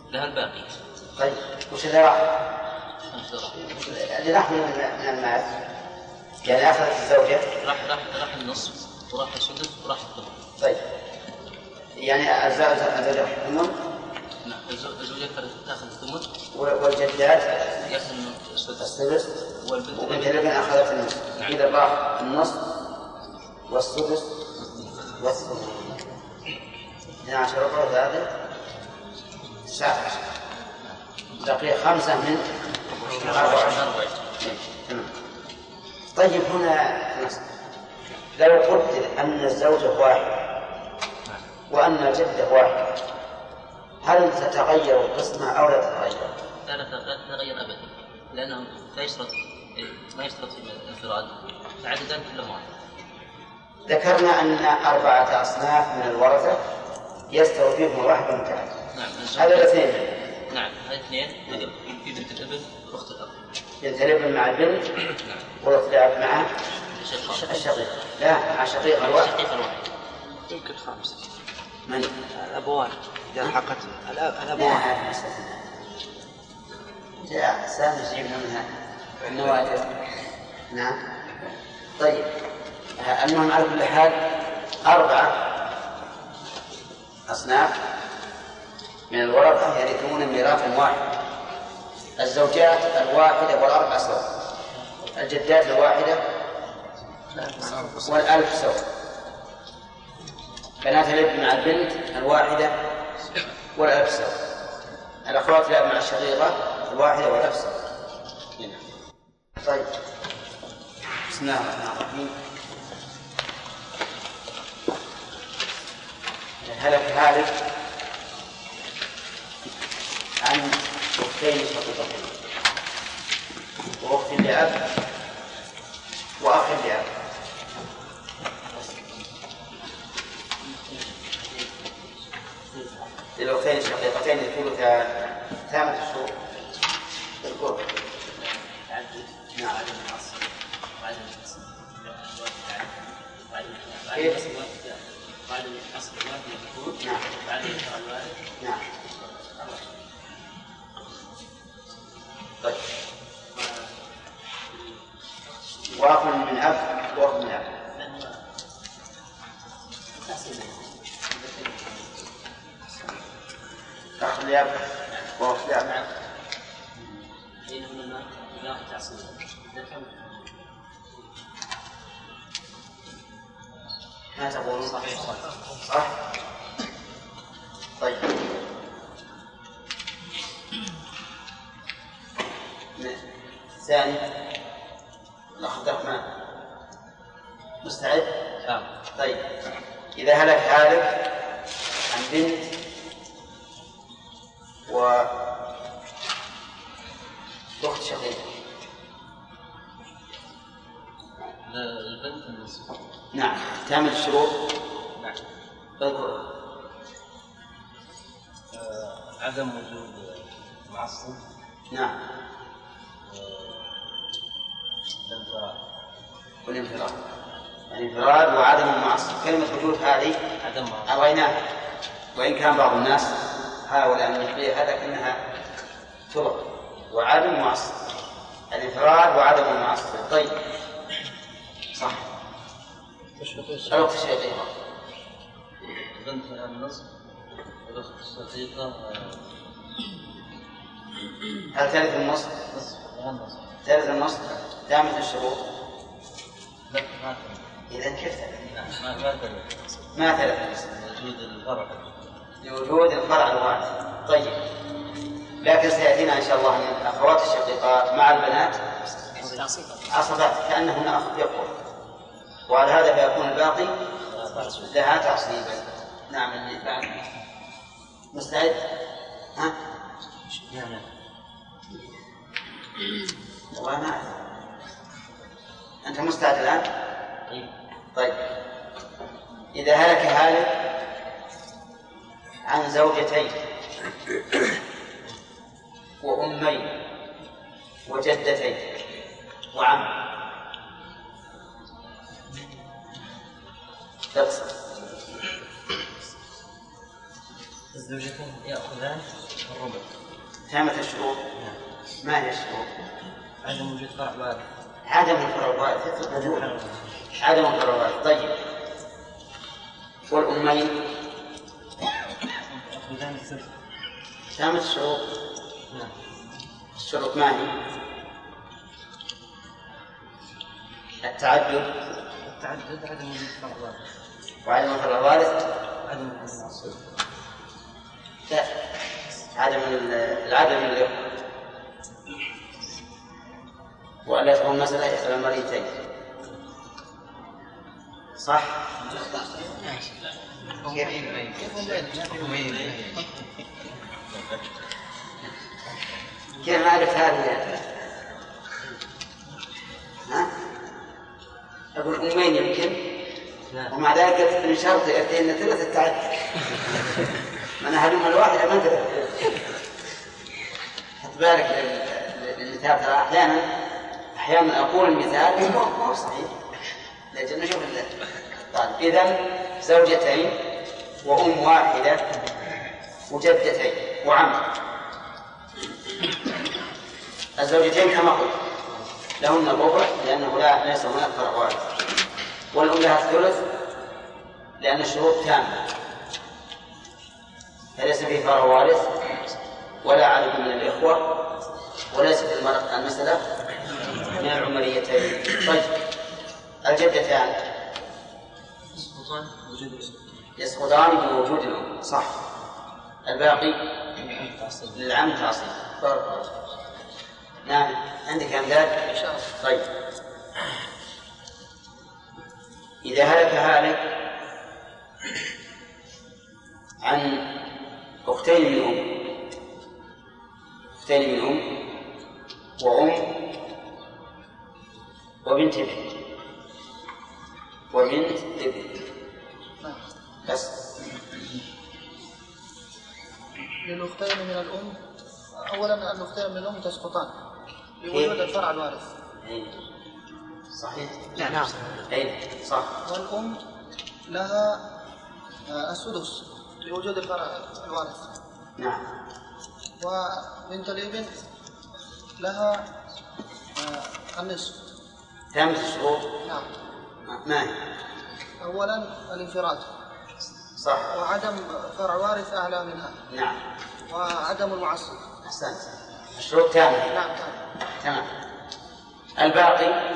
S12: لها الباقي
S1: طيب وش اللي راح؟
S12: راح
S1: اللي راح من من المال يعني أخذت الزوجة
S12: راح راح النصف وراح السدس وراح الثمن
S1: طيب يعني الزوجة الزوجة الأم
S12: نعم الزو- الزوجة تاخذ- تاخذ الثمن
S1: والجدات
S12: ياخذ من السدس
S1: السدس
S12: والبنت نعم.
S1: وبنت الابن أخذت النصف إذا راح النصف والسدس والثمن اثنا عشر ربع وثلاثة تسعة عشر بقي خمسة من أربعة عشر تمام. طيب هنا نص لو قدر أن الزوجة واحدة وأن الجدة واحدة هل تتغير القسمة أو لا تتغير؟
S12: لا لا لا تتغير ابدا لانه لا يشترط إيه، ما يشترط في الانفراد تعددان كلهم واحد
S1: ذكرنا أن أربعة أصناف من الورثة يستوي فيهم واحد متعدد
S12: نعم
S1: هذا الاثنين
S12: نعم هذا اثنين في بنت الابن واخت الاب
S1: بنت الابن مع البنت
S12: نعم
S1: والأخت مع
S12: الشقيق
S1: الشقيق لا مع شقيق الواحد
S12: الشقيق الواحد
S11: يمكن خامس
S1: من؟
S11: الابوان اذا حقت
S1: لا،
S11: الابوان
S1: هذا مسألة. جاء سامي جيبنا منها النوادر نعم طيب آه، المهم على كل حال أربعة أصناف من الورثة يرثون ميراثا واحدا الزوجات الواحدة والأربع سوا الجدات الواحدة والألف سوا بنات الابن مع البنت الواحدة والألف سوا الأخوات الأب مع الشقيقة الواحدة والألف سوا طيب بسم الله الرحمن الرحيم الهلك هالك عن أختين شقيقتين وأخت لأب وأخ لأب للأختين الشقيقتين الثلث ثامن الشهور القرب
S12: تعدد
S1: نعم.
S12: وعدم العصر وعدم العصر وعدم
S1: كيف؟
S12: العصر وعدم العصر الوارد للذكور
S1: نعم.
S12: وعدم الفرع الوارد
S1: نعم طيب واخ من أب واخ من أب أخ لأب وأختها معه ما تقولون صحيح صح؟ طيب ثاني الأخ عبد الرحمن مستعد؟
S12: نعم.
S1: طيب إذا هلك هالك عن بنت و أخت شقيقة
S12: البنت النصف
S1: نعم تعمل الشروط
S12: نعم
S1: اذكر
S12: آه، عدم وجود معصب
S1: نعم
S12: الانفراد
S1: والانفراد الانفراد وعدم المعصية كلمة وجود هذه
S12: عدم
S1: أريناها وإن كان بعض الناس حاول أن يخفيها لكنها ترى وعدم المعصية الانفراد وعدم المعصية طيب صح الأخت الشقيقة
S12: البنت لها النصف الأخت الشقيقة آه،
S1: هل ثالث النصف؟
S12: لها النصف
S1: ثالث النصف دامت الشروط
S12: لا ما
S1: إذا كيف ثالث؟
S12: ثبت. ما ما ثبت.
S1: ما ثبت النصف
S12: وجود الفرع
S1: لوجود الفرع الوارث طيب لكن سيأتينا إن شاء الله أن الأخوات الشقيقات مع البنات عصبات كأنهن أخ يقول وعلى هذا فيكون الباقي لها تعصيبا نعم اللي بعد مستعد؟ ها؟
S12: نعم
S1: والله ما أعرف أنت مستعد الآن؟ طيب إذا هلك هالك عن زوجتين وأمين وجدتين وعم تقسم
S12: الزوجتين يأخذان الربع نعم.
S1: تامة الشروط ما هي الشروط؟
S12: عدم وجود نعم. فرع وارث
S1: عدم القرابات الرجولة عدم القرابات طيب والأمين
S12: يأخذان السبت
S1: تامة الشروط
S12: نعم
S1: الشروط ما هي؟ التعدد
S12: التعدد عدم وجود فرع وارث
S1: وعدم الفرع الوارث
S12: عدم وجود معصب
S1: لا عدم ال- العدم اللي وألا تكون مسألة إحدى المريتين صح؟ كيف أعرف هذه يعني؟ ها؟ أقول أمين يمكن ومع ذلك قلت من شرط يأتينا ثلث التعدد من أحدهما الواحد ما أدري خد بالك لل- للمثال ترى أحيانا أحيانا أقول المثال ما هو- ما هو صحيح لأجل نشوف ال- طيب إذا زوجتين وأم واحدة وجدتين وعم الزوجتين كما قلت لهن الربع لأنه لا ليس هناك فرع وارث والأم لها الثلث لأن الشروط تامة فليس فيه فرع وارث ولا عدد من الإخوة وليس في المرأة المسألة من العمريتين طيب الجدتان
S12: يسقطان وجود السبت
S1: يسقطان بوجود الأم صح الباقي للعم تعصيب بارك الله فيك. نعم عندك أمثال؟ إن شاء الله طيب إذا هلك هالك عن أختين من أم أختين من أم وأم وبنت ابن وبنت ابن بس
S11: للأختين من الأم أولا الأختين من الأم تسقطان لوجود الفرع الوارث
S1: إيه. صحيح
S11: لا، نعم.
S1: أي صح
S11: والأم لها آه، السدس لوجود الفرع الوارث
S1: نعم
S11: وبنت الابن لها آه، النصف
S1: تامة الشروط
S11: نعم
S1: ما هي؟
S11: أولا الانفراد
S1: صح
S3: وعدم فرع وارث أعلى من هذا
S1: نعم
S3: وعدم المعصب
S1: أحسنت الشروط كاملة
S3: نعم كامل
S1: تمام الباقي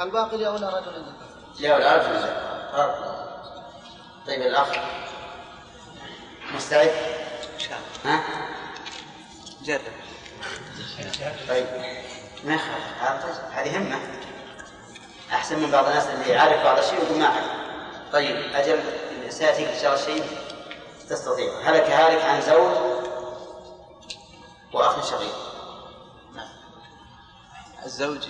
S3: الباقي لأولى رجل
S1: لا الأرض ولا الأرض. طيب الأخ مستعد؟ إن شاء الله ها؟ جرب طيب ما يخالف هذا- هذه همة أحسن من بعض الناس اللي يعرف بعض الشيء ويقول ما أعرف طيب أجل سيأتيك إن شاء الله شيء تستطيع هلك هالك عن زوج وأخ شقيق نعم.
S12: الزوج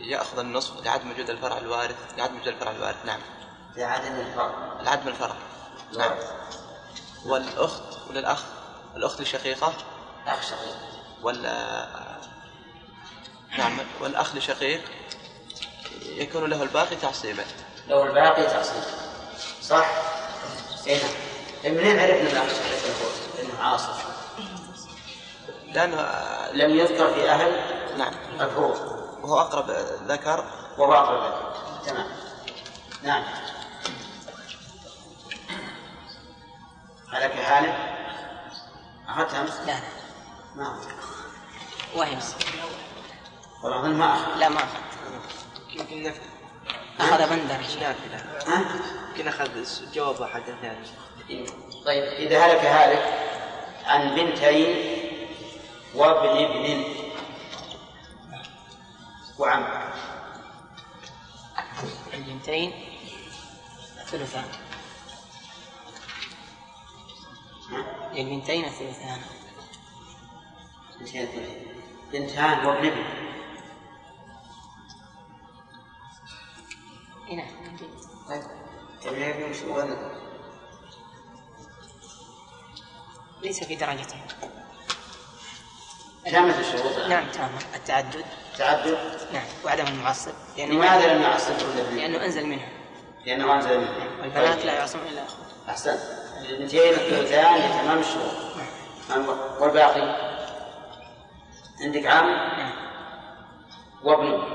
S12: ياخذ النصف لعدم وجود الفرع الوارث لعدم وجود الفرع الوارث نعم
S1: لعدم الفرع
S12: لعدم الفرع نعم والاخت وللاخ الاخت الشقيقه
S1: أخ شقيق
S12: وال نعم والاخ الشقيق يكون له الباقي تعصيبا
S1: لو الباقي تعصيب صح؟ إيه نعم. منين عرفنا الأخ شقيق الأخوة؟ إنه عاصف
S12: لانه
S1: لم يذكر في اهل
S12: نعم
S1: الحروف
S12: وهو اقرب ذكر
S1: وهو اقرب ذكر تمام نعم على كل حال أخذت أمس؟ لا ما أخذت.
S10: وهم
S1: والله أظن ما أخذت
S10: لا ما أخذت يمكن نفذ أخذ بندر نافلة يمكن أخذ جواب أحد ثاني
S1: طيب إذا هلك هالك عن بنتين وابن ابن وعم
S10: البنتين ثلثان للبنتين الثلثان
S1: بنتين بنتان وابن ابن
S10: إي نعم
S1: طيب ابن ابن وش- وين-
S10: ليس في درجتين
S1: تامة الشروط الآن.
S10: نعم تامة التعدد
S1: تعدد
S10: نعم وعدم المعصب
S1: لماذا لم يعصب ابن
S10: لأنه أنزل منها
S1: لأنه أنزل منه
S10: البنات لا يعصون إلا أخوه
S1: أحسنت البنتين الثلثان تمام الشروط أما- والباقي عندك عم
S10: نعم.
S1: وابن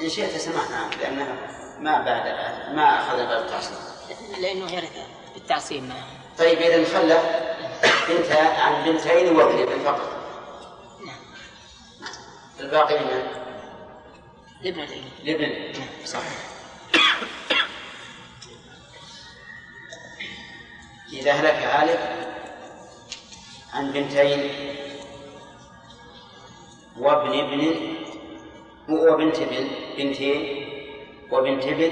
S1: إن شئت سمحنا عنك لأنه ما بعد ما أخذ باب التعصيب
S10: لأنه يرث بالتعصيب معه
S1: طيب إذا خلف بنت عن بنتين وابن ابن فقط
S10: نعم.
S1: الباقي لمن؟
S10: لابن الابن
S1: لابن صح إذا هلك هالك عن بنتين وابن ابن وبنت ابن بنتين وبنت ابن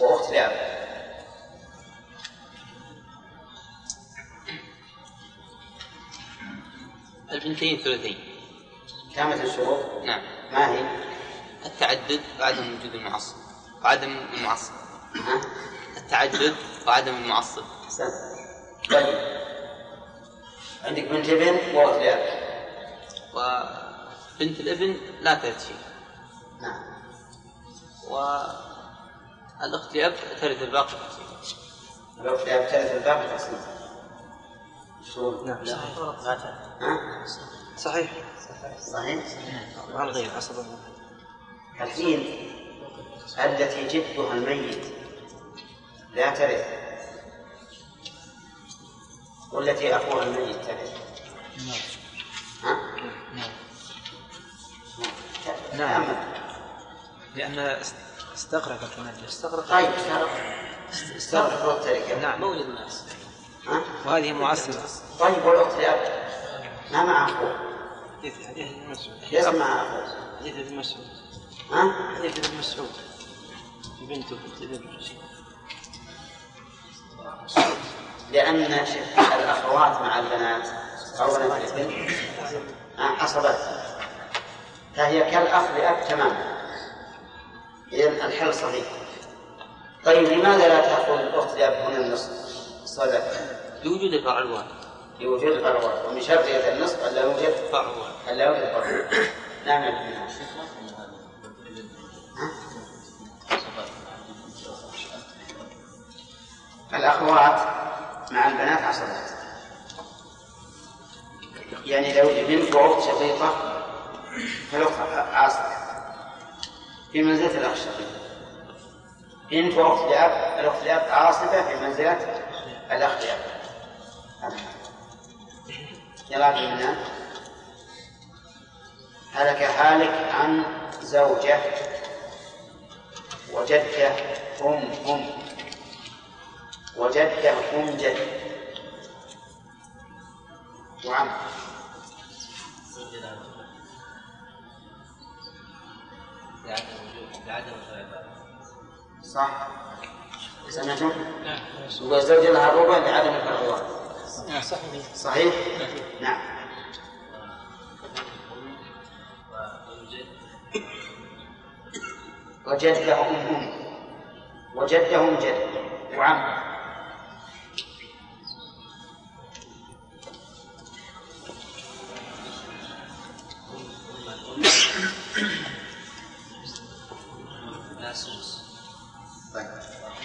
S1: وأخت لأب
S12: البنتين ثلثين
S1: كامت الشروط
S12: نعم
S1: ما هي؟
S12: التعدد وعدم وجود المعصب وعدم المعصب التعدد وعدم المعصب
S1: أحسنت طيب عندك بنت ابن وأخت لأب
S12: وبنت الابن لا ترث شيء
S1: نعم
S12: والأخت لأب ترث الباقي
S1: لو في لأب ترث الباقي تقسيم شروط نعم ها؟
S10: صحيح
S1: صحيح
S10: مع الغير عصبا
S1: الحين التي جدها الميت لا ترث والتي أخوها الميت ترث
S14: نعم لأن استغرقت المجلس استغرق
S1: طيب استغرق وقت التركة
S14: نعم
S10: مولد الناس
S14: وهذه معصبة
S1: طيب والأخت لأب ما مع أخوه
S10: حديث حديث ابن مسعود
S1: يسمع أخوه
S10: حديث ابن مسعود
S1: ها؟
S10: حديث ابن مسعود بنته بنت ابن مسعود
S1: لأن شف- الأخوات مع البنات أولا في البنت عصبات آه، فهي كالأخ لأب تماما إذن الحل صحيح طيب لماذا لا تأخذ الأخت لأب هنا النصف صدق
S12: لوجود الفرع الوارث
S1: لوجود الأرواح ومن شرطية النصف ألا يوجد ألا يوجد فرع نعم يا ابن الناس. الأخوات مع البنات عصبات يعني لو ابن وأخت عاصم في منزلة الأخ الشقيق بنت وأخت لأب الأخت لأب عاصفة في منزلة الأخ لأب يا عبد المنان هلك هالك عن زوجة وجدة أم أم وجدة أم جد وعم صح سمعتم؟ نعم والزوجة لها الربع لعدم الفرع صحيح صحيح؟ نعم وجدهم هم وجدهم جد وعم
S10: لا سدس
S1: طيب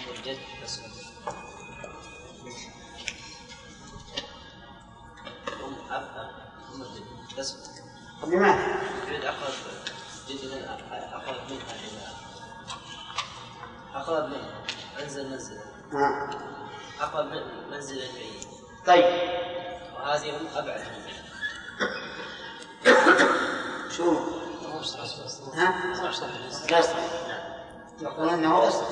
S10: والجد تسدس أم أب أم الجد تسدس
S1: لماذا؟
S10: الجد أقرب جدا أقرب منها إلى أقرب منها أنزل منزلا
S1: نعم
S10: أقرب من- منزلا بعيد
S1: طيب
S10: وهذه أم أبعد منها
S1: شو؟ ها؟ لا صحيح يقول انه اصلا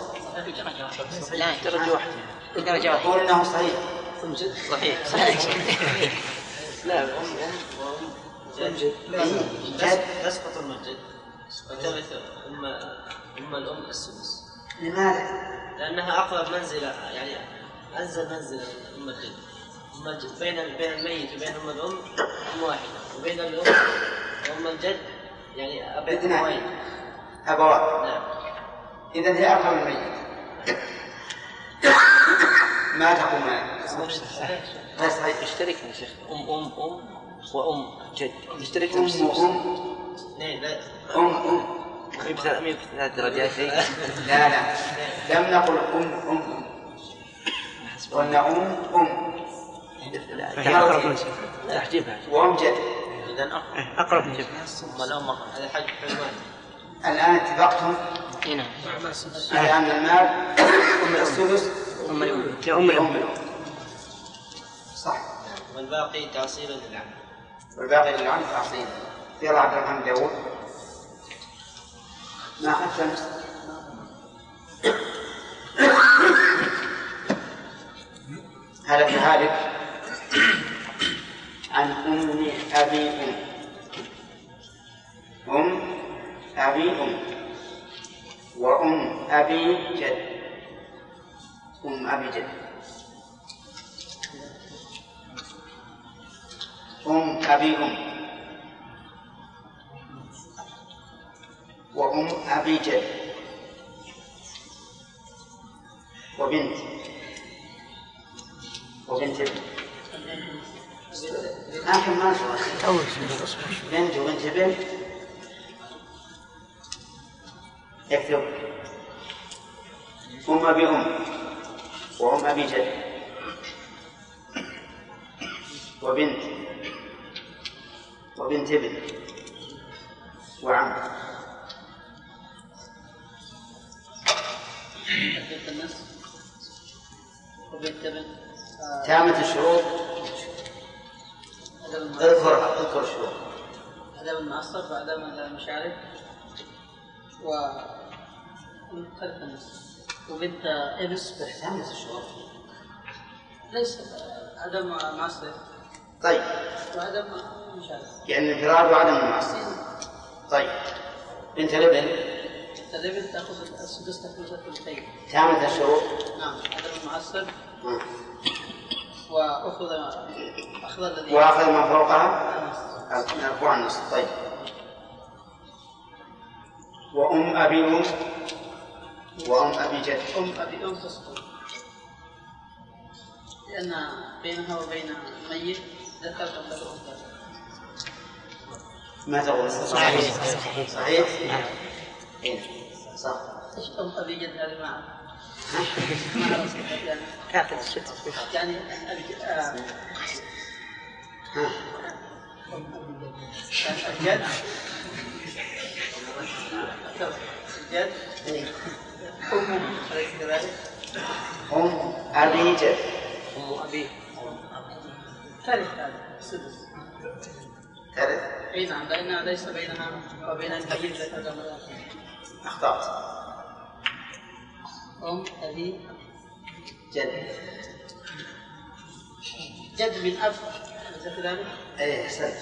S10: لا
S1: درجة واحدة درجة واحدة يقول انه صحيح
S10: صحيح لا أم أم وأم جد
S1: إيه،
S10: جد تسقط أم الجد وترث أم أم الأم السدس
S1: لماذا؟
S10: لأنها أقرب منزلة يعني أنزل منزلة من أم الجد أم الجد بين بين الميت وبين أم الأم أم واحدة وبين الأم وأم الجد يعني أبوين
S1: اثنان ابواب
S10: نعم
S1: اذا هي اقرب من الميت ما تقول لا صحيح
S15: اشتركنا يا شيخ ام ام ام وام جد اشتركنا
S1: أم وأم.
S10: اثنين لا
S1: أم أم
S15: مين ثلاث درجات هي
S10: إيه.
S1: لا لا لم نقل أم أم أم قلنا أم أم
S15: فهي أقرب من شيء. تحجيبها.
S1: وأم جد
S10: إذا أقرب
S15: اقرب من جد
S10: أم الأم أقرب هذا حج حلوان
S1: الآن اتفقتم
S10: اي نعم
S1: على أن المال أم السدس
S15: أم الأم.
S1: أم الأم صح
S10: والباقي تعصيل للعمل
S1: والباقي للعم تعصيب يلا عبد الرحمن داوود ما أخذت أمس هلك هالك عن أم أبي أم أم أبي أم وأم أبي جد أم أبي جد أم أبي أم وأم أبي جد وبنت وبنت ابن لكن ما أول بنت وبنت ابن يكتب أم أبي أم وأم أبي جد وبنت وبنت ابن وعم
S3: بنت الناس وبنت ابن آه،
S1: تامة الشروط
S3: أدب المعصر.
S1: اذكر اذكر الشروط
S3: أدب المعصر وأدب المشارك و ترك الناس وبنت إبس
S1: تامة الشروط
S3: ليس أدب المعصر
S1: طيب
S3: وأدب المشارك
S1: يعني الانفراد وعدم المعصية طيب بنت الابن
S3: الابن تأخذ السدس تأخذ الثلثين
S1: تامة الشروط
S3: نعم أدب المعصر وأخذ أخذ الذي
S1: وآخذ ما فوقها أربع النص طيب وأم أبي أم وأم أبي جد
S3: أم أبي أم تسقط لأن بينها وبين الميت ذكر قبل الأنثى
S1: ما تقول صحيح صحيح إيه. صح
S3: إيش أم أبي جد هذه ما أعرف. ما أعرف يعني- يعني الج- آه، الجد جد أمه أليس كذلك؟
S1: أم أبي جد
S8: أم أبيه
S3: ثالث ثالث سدس
S1: ثالث
S3: اي نعم لأنها ليس بينها وبين البين ذكر ولا أنثى.
S1: أخطأت
S3: أم أبي
S1: جد
S3: جد من أب أليس كذلك؟
S1: أي إيه، أحسنت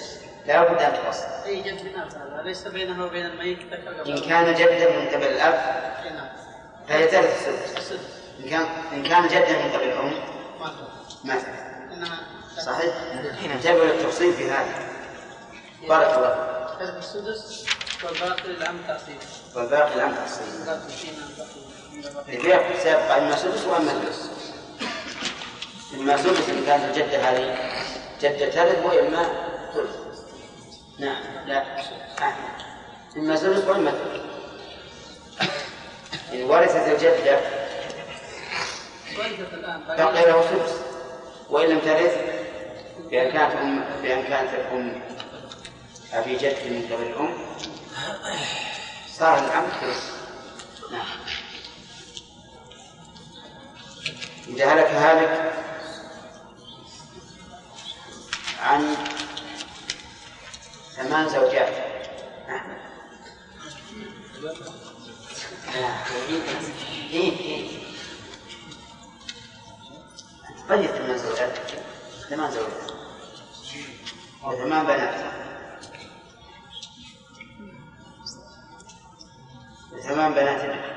S1: لا بد أن توصل
S3: أي جد من أب هذا ليس بينها وبين الميت ذكر ولا
S1: إن
S3: أنثى.
S1: كان جدا من قبل الأب
S3: إي نعم
S1: فهي ثالث السدس إن كان إن كان جدا من قبل الأم
S3: ما أدري.
S1: ما ثبت.
S3: إنها
S1: صحيح؟ انتبهوا للتفصيل في هذا بارك الله
S3: كسب السدس والباقي للعم تعصيب
S1: والباقي الآن تفصيل
S3: باقي فينا باقي.
S1: البيع سابقا إما سدس وأما ثلث إما سدس إن كانت الجدة هذه جدة ثالث وإما ثلث نعم لا أحمد إما سدس وإما ثلث إن ورثت الجدة
S3: ورثت الآن
S1: بقي له سدس وإن لم ترث بأن كانت أم بأن كانت الأم أبي جد من قبل الأم صار العم ثلث نعم إذا هلك هالك عن ثمان زوجات نعم. أحمد إيه إيه طيب ثمان زوجات ثمان زوجات وثمان بنات وثمان بنات له.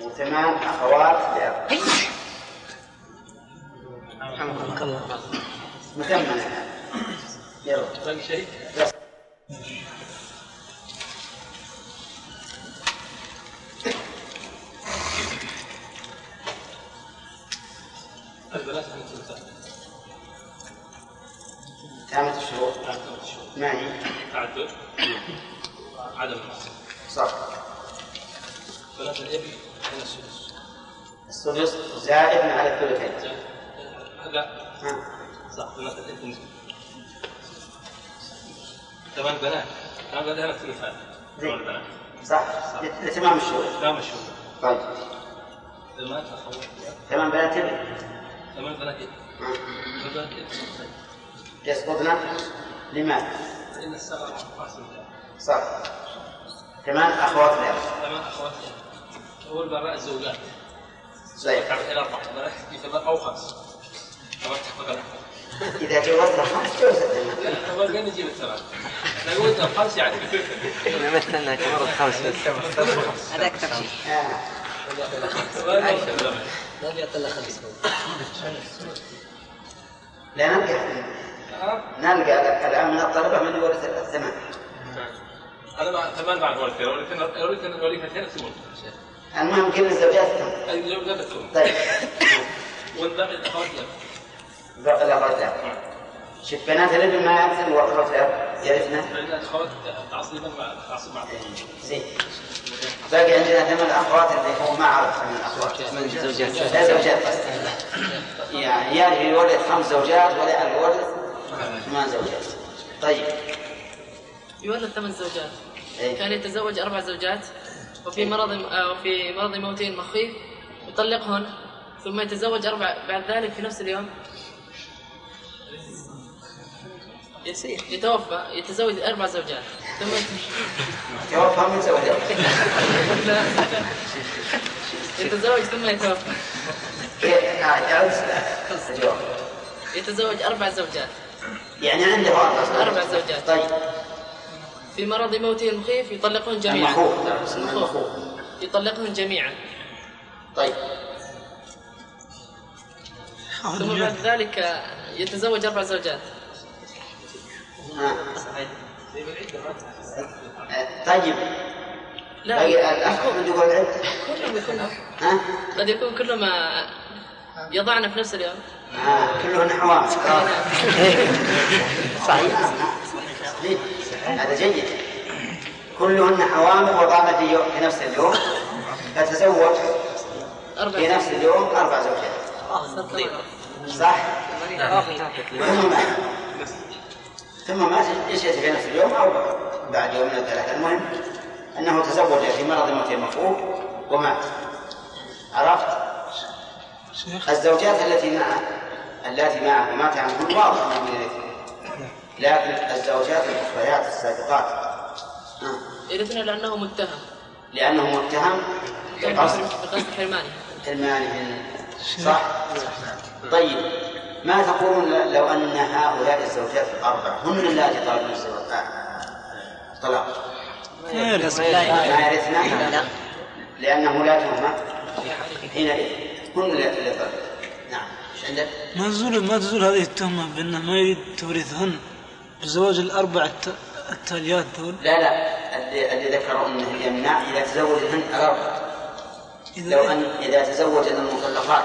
S1: وثمان أخوات لأب
S8: رحمك الله
S1: مثمنة يلا
S8: باقي شيء؟
S1: بس. تامة الشروط معي
S6: تعدد عدم
S1: صح
S6: بنات الابن هنا السدس
S1: السدس زائد على الثلثين
S6: هذا صح بنات الابن ثمان بنات هذا لها الثلثان ثمان بنات
S1: صح لتمام الشروط
S6: تمام الشروط
S1: طيب
S6: ثمان اخوات
S1: ثمان بنات ابن
S6: ثمان بنات ابن ثمان بنات ابن
S1: يسقطنا لماذا؟
S6: لان الصغر احسن
S1: صح ثمان أخوات لأب
S6: ثمان اخوات هو البراء الزوجات
S11: طيب.
S1: زين
S6: الى اربع بنات يعتبر او خمس أو أكثر.
S1: إذا جوزنا خمس جوزت ثمان
S6: لا، هو قال نجيب الثمان لو يودنا بخمس يعني
S10: مثلنا كمرة خمس
S16: هذا أكثر شيء
S1: آه.
S8: لا بيعطي الا خمس
S1: لا نلقى نلقى الآن من الطلبة من ورث الثمان
S6: انا مع ثمان بعد ورثه ورثتين ورثتين ورثتين يكتبون
S1: المهم كل الزوجات ثمان
S6: الزوجات يكتبون
S1: طيب
S6: والباقي الاخوات لا
S1: باقي الأخوات لأب شوف بنات الابن ما يرثن وأخوات لأب يرثنا
S6: لان الاخوات تعصيبا مع تعصيب مع
S1: زين باقي عندنا ثمان أخوات اللي هو ما عرف ثمان أخوات لا زوجات قصدي. يعني يعرف يورث خمس زوجات ولا يعرف يورث ثمان زوجات طيب
S16: يولد ثمان زوجات
S1: إيه.
S16: كان يتزوج أربع زوجات وفي مرض آه، وفي مرض موتهن مخيف يطلقهن ثم يتزوج أربع بعد ذلك في نفس اليوم يصير يتوفى يتزوج أربع زوجات ثم
S1: توفى من زوجات
S16: لا. يتزوج ثم يتوفى
S1: آه،
S16: يتزوج أربع زوجات
S1: يعني عنده أربع
S16: أربع زوجات
S1: طيب
S16: في مرض موته المخيف يطلقون جميعا
S1: المخوف لا، اسمه
S16: المخوف.
S1: المخوف.
S16: يطلقهم جميعا
S1: طيب
S16: ثم بعد ذلك يتزوج أربع زوجات
S1: صحيح طيب
S16: لا.
S1: باقي الأخ أحمد يقول عد
S16: كلهم يكون
S1: ها؟
S16: قد يكون كلهم آه، يضعن في نفس اليوم
S1: آه، كلهن حوامس خلاص صحيح صحيح. هذا جيد كلهن حوامل وضعن في يوم- في نفس اليوم فتزوج في نفس اليوم أربع زوجات صح؟ كلهم أحد. ثم مات إن شئت في نفس اليوم أو بعد يومين أو ثلاثة المهم أنه تزوج في مرض موت المفروض ومات عرفت؟ الزوجات التي مع التي معه مات عنهن واضح أنه من الإثم لكن الزوجات الأخريات السابقات نعم.
S16: يرثنا لأنه متهم يعني
S1: لأنه متهم طيب. بقصد
S16: بقصد حرمانه
S1: حرمانه صح؟ طيب ما تقولون لو أن هؤلاء الزوجات الأربع هن اللاتي طلبن الزواج آه، الطلاق
S13: ما يرثن.
S1: ما يرثنها
S13: لا.
S1: لأنه لا تهمة حينئذ هن اللاتي اللي طلبن نعم ايش عندك؟
S14: ما تزول ما تزول هذه التهمة بأنه ما يريد توريثهن بزواج الأربع الت... التاليات دول
S1: لا لا اللي, اللي ذكروا انه يمنع اذا تزوجهن الاربع لو ان اذا تزوجن المطلقات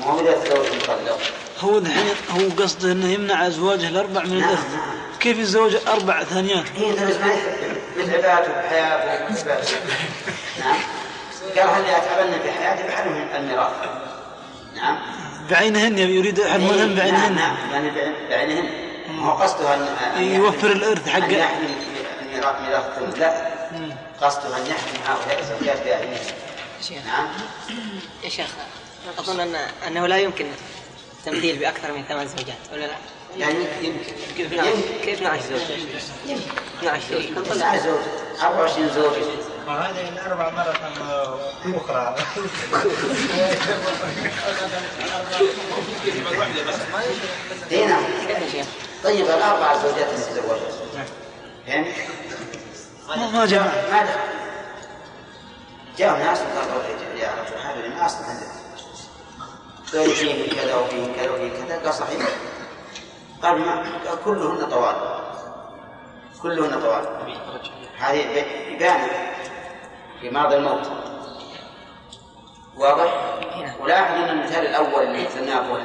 S1: ما هو اذا تزوج المطلق
S14: هو الحين هو قصده انه يمنع ازواجه الاربع
S1: نعم.
S14: من الارث كيف يتزوج اربع ثانيات؟
S1: هي ترى إيه، ما يحب بالعباد وبحياة وبعباد نعم قال هل اتعبن بحياتي بحرم الميراث نعم
S14: بعينهن يريد يحرمهن بعينهن
S1: نعم يعني بعين- بعينهن ما هو قصده ان أن
S14: يوفر
S1: يحمل-
S14: الارث حقه.
S1: ان يحمل ميراث ميراث الثلث. لا قصده ان يحمل هؤلاء الزوجات بعينهن نعم
S17: يا شيخ اظن ان انه لا يمكن تمثيل باكثر من ثمان زوجات ولا لا؟
S1: يعني يمكن
S17: كيف
S10: نعم؟
S17: 12 كيف نعم؟ 12 زوج؟ 12 زوج
S1: نطلع زوج 24 زوج
S9: وهذه الأربع مرة أخرى
S1: اي نعم طيب الاربع زوجات اللي تزوجت يعني فهمت؟
S14: ما جاء
S1: ما دخل جاء ناس وقالوا يا- يا رجل هذا من اصلا عندك قالوا فيه كذا وفيه كذا وفيه كذا قال صحيح قال ما قال كلهن طوال كلهن طوال هذه ب- إبانة في مرض الموت واضح؟ ولاحظ ان المثال الاول اللي مثلناه هو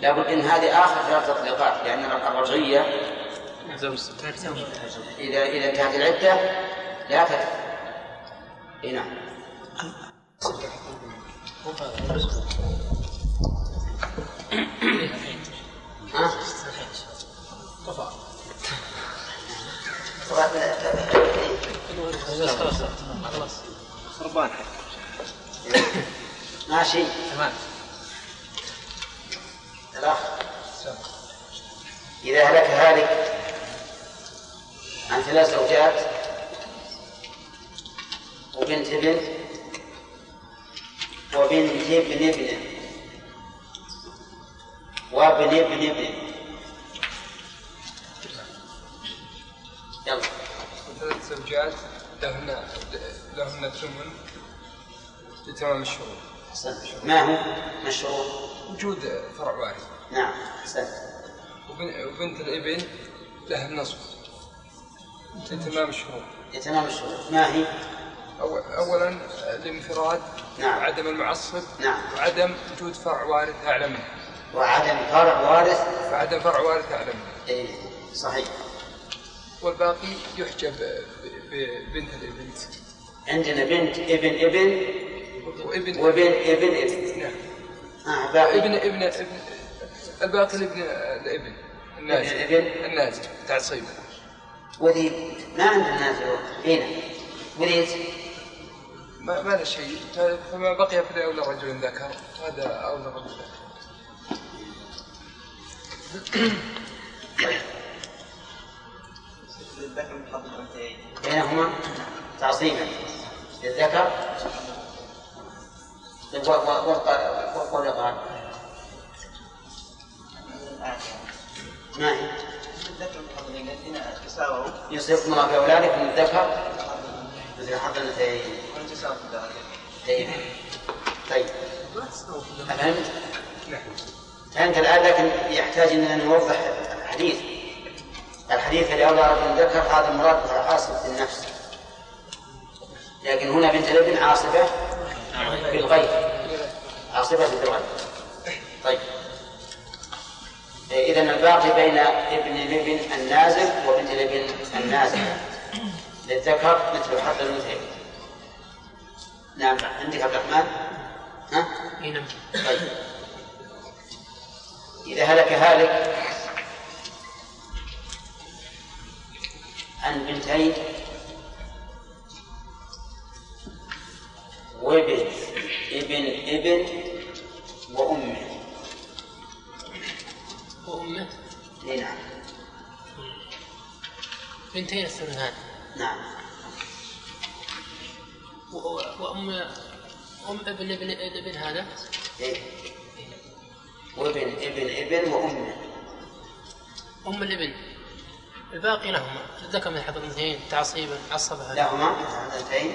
S1: لابد ان هذه اخر ثلاث تطليقات لان الرجعيه اذا اذا انتهت العده لا تكفي اي نعم ها؟
S10: خلاص خربان
S1: ماشي
S10: تمام
S1: الأخ إذا هلك هالك عن ثلاث زوجات وبنت ابن وبنت ابن ابن وابن ابن ابن يلا
S4: ثلاث زوجات لهن لهن ثمن لتمام الشروط.
S1: ما هو؟ ما الشروط؟
S4: وجود فرع وارث.
S1: نعم أحسنت
S4: وبن- وبنت الابن لها النصف. لتمام الشروط.
S1: لتمام الشروط ما هي؟
S4: أو- اولا الانفراد
S1: نعم.
S4: وعدم المعصب
S1: نعم.
S4: وعدم وجود فرع وارث اعلى منه.
S1: وعدم فرع وارث
S4: وعدم فرع وارث اعلى منه.
S1: إيه صحيح
S4: والباقي يحجب ب- ببنت الابن.
S1: عندنا بنت ابن ابن
S4: وابن
S1: وابن ابن ابن
S4: نعم
S1: آه باقي
S4: ابن ابن ابن الباقي الابن الابن النازل
S10: إيه،
S1: الابن؟
S4: النازل تعصيب
S1: وذي نعم ما عندنا نازل هنا وليت
S4: ما, ما له شيء طيب، فما بقي فلأولى رجل ذكر هذا أولى رجل ذكر
S1: بينهما تعصيما للذكر طيب، و- و- والق- والقول قال ما هي؟ يصيبكم الله في اولادكم الذكر مثل حظ الانثيين طيب طيب فهمت؟ فهمت الان لكن يحتاج اننا نوضح الحديث الحديث لأولى رجل ذكر هذا المراد عاصفة النفس لكن هنا بنت الابن عاصفة بالغيب عاصفة بالغيب طيب إذا الباقي بين ابن الابن النازل وبنت الابن النازل للذكر مثل حظ الأنثيين نعم عندك عبد الرحمن ها؟
S16: نعم
S1: طيب إذا هلك هالك البنتين وابن ابن ابن وأمه
S3: وأمه
S1: إي نعم
S3: بنتين الثلثان
S1: نعم
S3: و- وأم أم ابن ابن ابن هذا
S1: إيه وابن ابن ابن وأمه
S3: أم الابن الباقي لهما الذكر من حظ الاثنين تعصيبا عصبها
S1: لهما اثنتين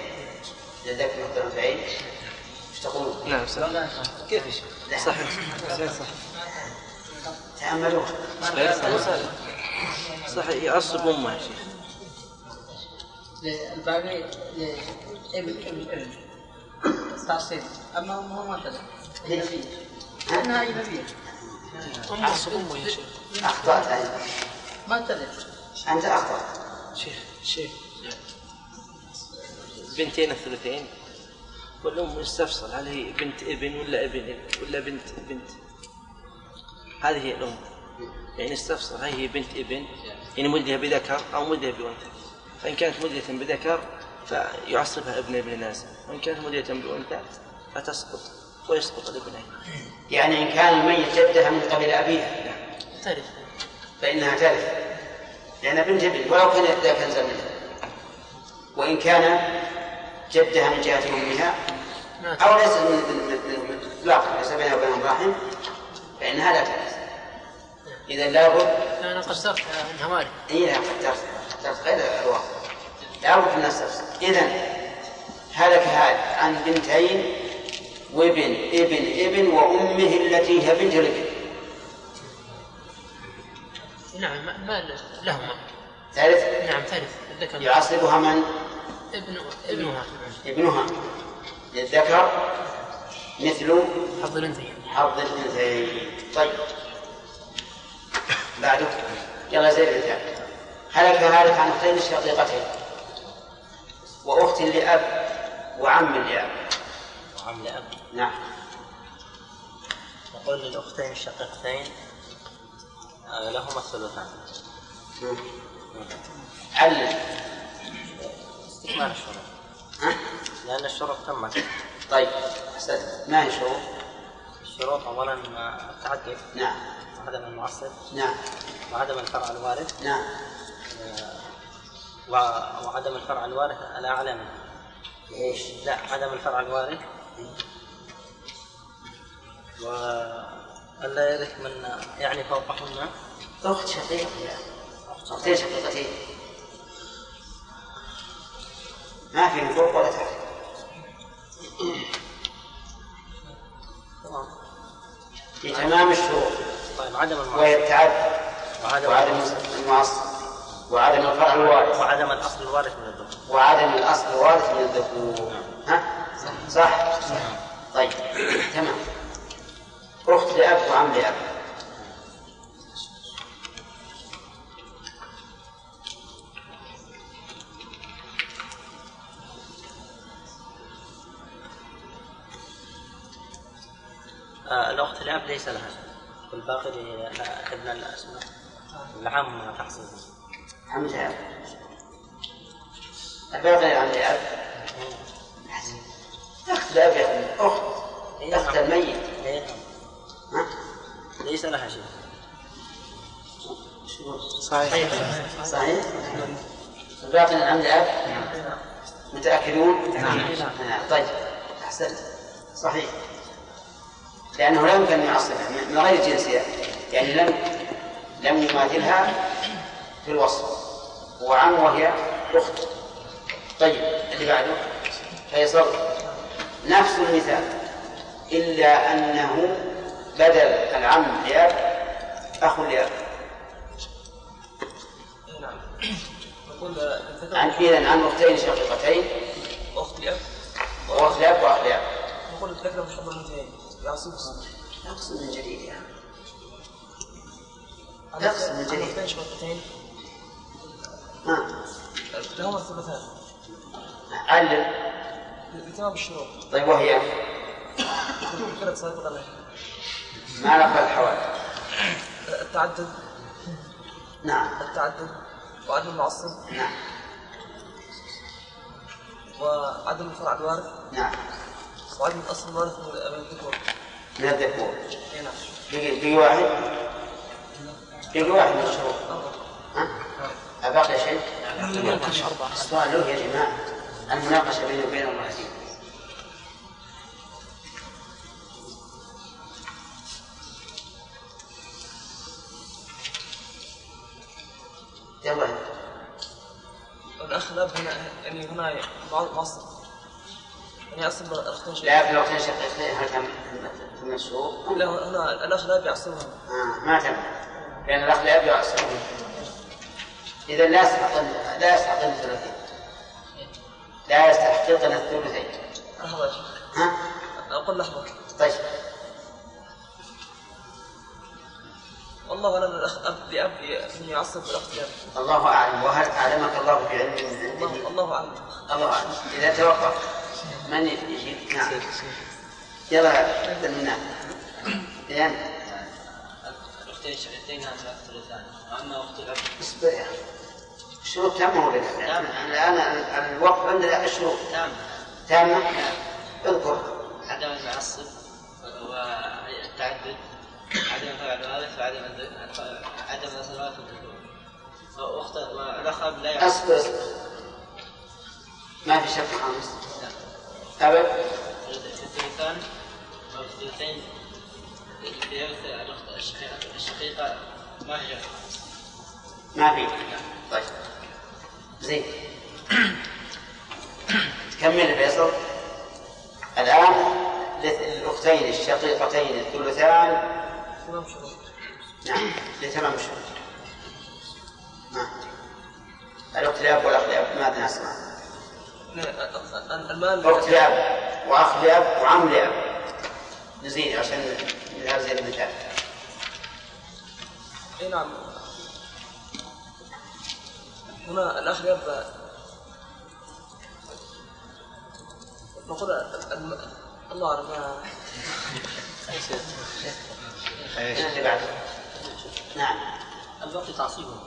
S1: لذلك مثل اثنتين ايش تقولون؟
S10: نعم، صح.
S1: كيف يا شيخ؟
S10: صحيح.
S1: صحيح صح تأملوا
S10: غير صحيح. صحيح يعصب امه يا شيخ
S18: الباقي ابن ابن ابن تعصيب اما امه ما كذا هي نبيه انها اجنبيه
S10: عصب امه يا شيخ
S1: أخطأت أنت
S18: ما تدري
S1: أنت أخطأت
S10: شيخ شيخ بنتين الثلثين والام يستفصل هل هي بنت ابن ولا ابن ابن ولا بنت بنت هذه هي الام يعني استفصل هل هي بنت ابن يعني مدها بذكر او مدها بانثى فان كانت مدية بذكر فيعصبها ابن ابن ناس وان كانت مدية بانثى فتسقط ويسقط الابنين
S1: يعني إن كان الميت جدها من قبل أبيها
S3: تعرف
S1: فإنها ترث لأن بنت ابن ولو كان ذاك أنزل منها وإن كان جدها من جهة أمها أو ليس من من من- من إطلاقا ليس بينها وبينهم رحم فإنها لا ترث إذا لابد
S3: أنا قصرت من هواري
S1: إي لا قد ترث ترث غير الواقع لابد من السفس إذا هلك هذا عن بنتين وابن ابن ابن وأمه التي هي بنت الابن
S3: نعم ما- ما لهما
S1: ثالث
S3: نعم ثالث الذكر
S1: يعصبها من
S3: ابن ابنها
S1: ابنها للذكر مثل
S3: حظ الانثيين
S1: حظ الانثيين طيب بعدك يلا زيد الرجال هلك هالك عن اختين شقيقتين واخت لاب وعم لاب
S14: وعم لأب
S1: نعم
S14: نقول للأختين الشقيقتين آه، لهما الثلثان
S1: علم
S14: استكمال الشروط لأن الشروط تمت
S1: طيب أحسنت ما هي الشروط؟
S14: الشروط أولا آه، التعدد
S1: نعم
S14: وعدم المعصب
S1: نعم
S14: وعدم الفرع الوارث
S1: نعم
S14: و- وعدم الفرع الوارث الأعلى منه
S1: ايش؟
S14: لا عدم الفرع الوارث وألا يرث من يعني فوقهن
S1: أخت شقيقة أختين شقيقتين ما في نفوق ولا تعريف في تمام الشروط
S14: طيب عدم المعصب
S1: وهي التعدد
S14: وعدم
S1: وعدم المعصب وعدم الفرع الوارث
S14: وعدم الأصل الوارث من الذكر
S1: وعدم الاصل الوارث من الذكور ها صح طيب تمام اخت لاب وعم لاب
S14: آه، الأخت الأب ليس لها شيء والباقي ل- آه، ابن الأسماء العم تحصل
S1: عم لاب الباقي يعني عم لاب اخت لاب يا أخي. اخت اخت يعني الميت
S14: ليس لها شيء
S1: صحيح صحيح الباقي العم لاب
S14: نعم.
S1: متأكدون؟ نعم طيب أحسنت صحيح لأنه لا يمكن أن يعصبها من غير جنسها يعني لم لم يماثلها في الوصف وعم وهي أخت طيب اللي بعده فيصل نفس المثال إلا أنه بدل العم لأب أخ لأب
S4: نعم نقول آه، الذكر
S1: عن إذا عن أختين شقيقتين
S4: أخت لأب
S1: وأخ لأب وأخ لأب
S4: نقول الذكر مش حظ الانثيين يعصب الصبر
S1: أقسم من جديد يعني. يا عم.
S4: أقسم من جديد أختين شقيقتين
S1: نعم
S4: لهما الثلثان
S1: علم
S4: لتمام الشروط
S1: طيب وهي
S4: ذكرت سابقا لها.
S1: ما لقى الحوادث
S4: التعدد
S1: نعم
S4: التعدد
S19: وعدم المعصب
S1: نعم
S19: وعدم فرع الوارث
S1: نعم
S19: وعدم اصل الوارث من الذكور
S1: من الذكور
S19: اي نعم
S1: بقي بقي واحد بقي واحد من الشروط ها؟ أبقي شيء؟ السؤال له يا جماعة المناقشة بيني وبين امرأتي يلا
S19: الاخ الاب هنا يعني هنا معصب يعني اصلا الاختين شيء
S1: لا في الوقت شقيقتين هل كان ثمان شهور؟
S19: لا هنا الاخ الاب يعصبهم
S1: آه، ما تم لأن الأخ لا يبدو عصره إذا لا يستحق لا يستحق الثلاثين لا يستحققن الثلثين
S19: لحظه يا شيخ
S1: ها؟
S19: اقول لحظه
S1: طيب
S19: والله اعلم الاخ اب لاب ي- يعصب الاخ لاب
S1: الله أعلم وهل أعلمك الله بعلم من
S19: الله
S1: عنده؟
S19: الله اعلم
S1: الله أعلم إذا توقف من يجيب؟ نعم يلا عبد المنعم لأن
S12: الاختين الشقيقتين هذا الثلثان واما اخت الاب
S1: اصبر يا أخي الشروط تامة ولا لا؟ الآن ال- الوقف عندنا الشروط
S12: تامة
S1: تامة اذكر
S12: عدم المعصب والتعدد عدم فعل الوارث وعدم الذ- عدم نسل الوارث والذكور واخت والاخ اب لا يعصب
S1: اصبر اصبر ما في شرط خامس أبد
S12: الثلثان او الثلثين بيرث الاخت الشقيقة الشقيقة ما هي
S1: ما في طيب زين تكمل فيصل الآن لث- الأختين الشقيقتين الثلثان
S19: تمام شروط
S1: نعم لتمام الشروط نعم الأخت لأب والأخ لأب ماذا نسمع؟
S19: المال
S1: أخت لأب وأخ لأب وعم لأب نزيد عشان نذهب زي المثال
S19: اي نعم هنا الاخ يبدا نقول الم... الله اعلم ما-
S1: اللي بعده نعم
S19: الباقي تعصيبهم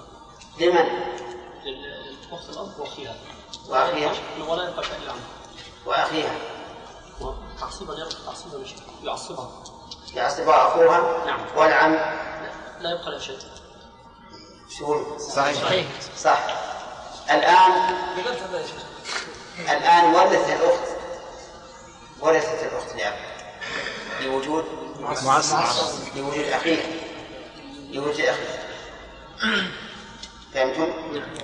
S1: لمن؟
S19: للاخت الاب واخيها
S1: وأخيها
S19: ولا ينفع فعل العمل
S1: وأخيها
S19: تعصيبا يبقى تعصيبا مش يعصبها
S1: يعصبها أخوها
S19: نعم.
S1: والعم
S19: لا يبقى له شيء
S1: شو
S19: صحيح. صحيح.
S1: صح الآن
S19: بمثل هذا يا شيخ
S1: الآن ورث الأخت ورثت الأخت لأب لوجود
S13: معصب. معصب.
S1: لوجود أخيها لوجود أخيها فهمتم؟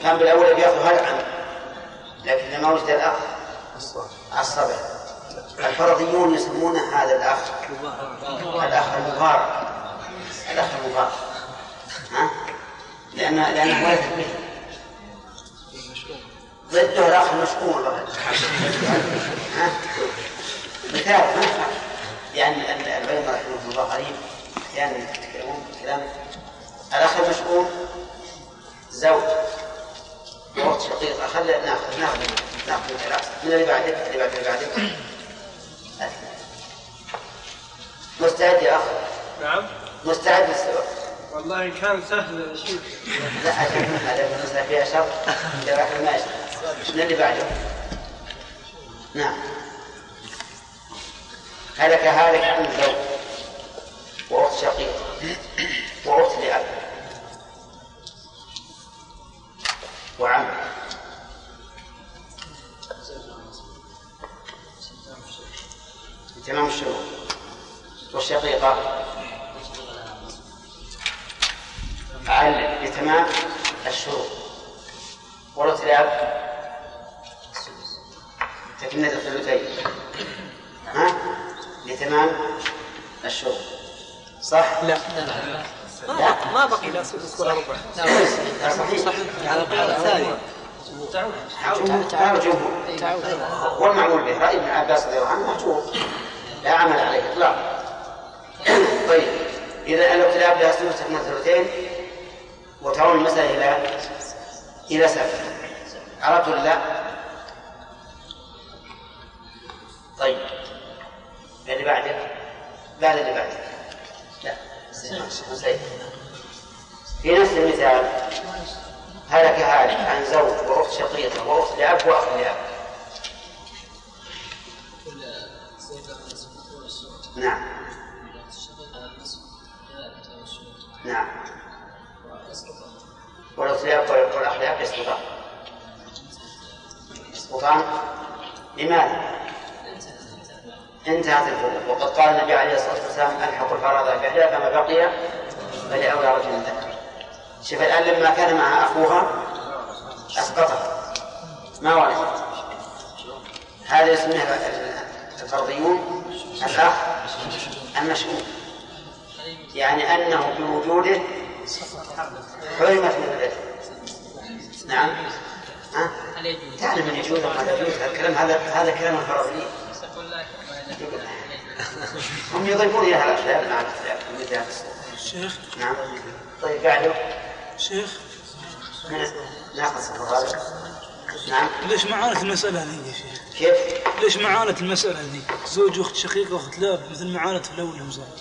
S1: كان بالأول بيأخذها العم لكن لما وجد الأخ عصبه الفرضيون يسمون هذا الأخ الأخ المبارك الأخ المبارك ها؟ لأنه لأنه ورث به ضده الاخ المشؤوم بعد ها؟ مثال ما ينفع. يعني ال- العلماء رحمهم الله قريب احيانا يتكلمون كلام الاخ المشؤوم زوج وقت شقيقه خلينا ناخذ ناخذ ناخذ من العصر. من اللي بعدك اللي بعدك اللي بعدك مستعد يا اخ
S7: نعم
S1: مستعد للسؤال
S7: والله كان سهل يا شيخ
S1: لا عشان هذا بالنسبه فيها شر جراح الماشي من اللي بعده نعم هلك هالك عن الزوج واخت شقيقه واخت لاب وعم تمام الشروط والشقيقه علل بتمام الشروط ورث الاب تكملة الثلثين ها لتمام الشروط صح؟ لا
S19: ما ما بقي لا سدس ولا ربع
S1: لا صحيح
S19: على القيد الثاني
S1: تعود تعود والمعمول به رأي ابن عباس رضي الله عنه مهجور لا عمل عليه اطلاقا طيب اذا الاختلاف لها سنه تكمله ثلثين وتعود المساله الى الى سبع عرفت ولا لا؟ طيب اللي بعدك بعد اللي طيب. بعدك لا زين. زين. في نفس المثال هلك هالك عن زوج وأخت شقيقة وأخت لأب وأخ لأب نعم نعم والأخت لأب والأخ لأب يسقطان يسقطان لماذا؟ انتهت الفروض وقد قال النبي عليه الصلاة والسلام ألحق الفرائض بأهلها فما بقي فلأولى رجل ذكر شوف الآن لما كان مع أخوها أسقطها ما ورثت هذا يسميه الفرضيون الأخ المشؤوم يعني أنه بوجوده حرمت من الإثم نعم ها؟ تعلم من يجوز وما يجوز الكلام هذا هذا كلام الفرضيين هم يضيفون الى هذا الخيال مع الخيال
S14: شيخ
S1: نعم طيب بعده
S14: شيخ
S1: ناقص الغالب نعم
S14: ليش ما عانت المسألة هذه يا شيخ؟
S1: كيف؟
S14: ليش ما عانت المسألة هذه؟ زوج واخت شقيقة واخت لاب مثل ما عانت في الأول هم زاد.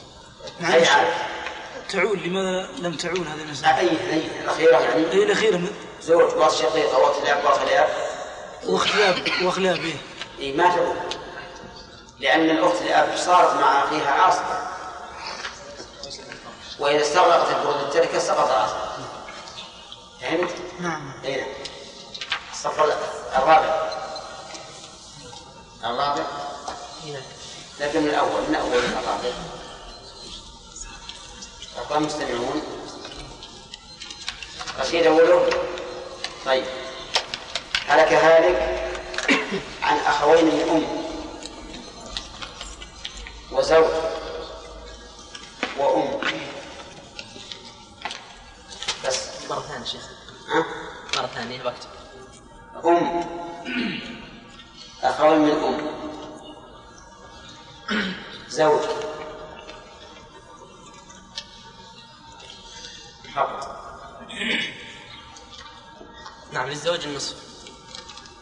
S14: مع
S1: أي
S14: إيش؟
S1: عارف؟
S14: تعول لماذا لم تعول هذه المسألة؟
S1: أي أي الأخيرة يعني؟
S14: أي الأخيرة من-
S1: زوج واخت شقيقة واخت لاب واخت لاب
S14: واخت لاب واخت لاب إيه؟
S1: إيه ما تقول لأن الأخت لأب صارت مع أخيها عاصمة وإذا استغرقت الفروض التركة سقط عاصمة فهمت؟
S14: نعم
S1: أي نعم الصف الرابع الرابع لكن من الأول من أول الرابع أقوام مستمعون رشيد أوله طيب هلك هالك عن أخوين من أم وزوج وأم بس
S19: مرة ثانية شيخ
S1: ها؟
S19: مرة ثانية إيه وقت
S1: أم أخوين من أم زوج حق
S10: نعم للزوج النصف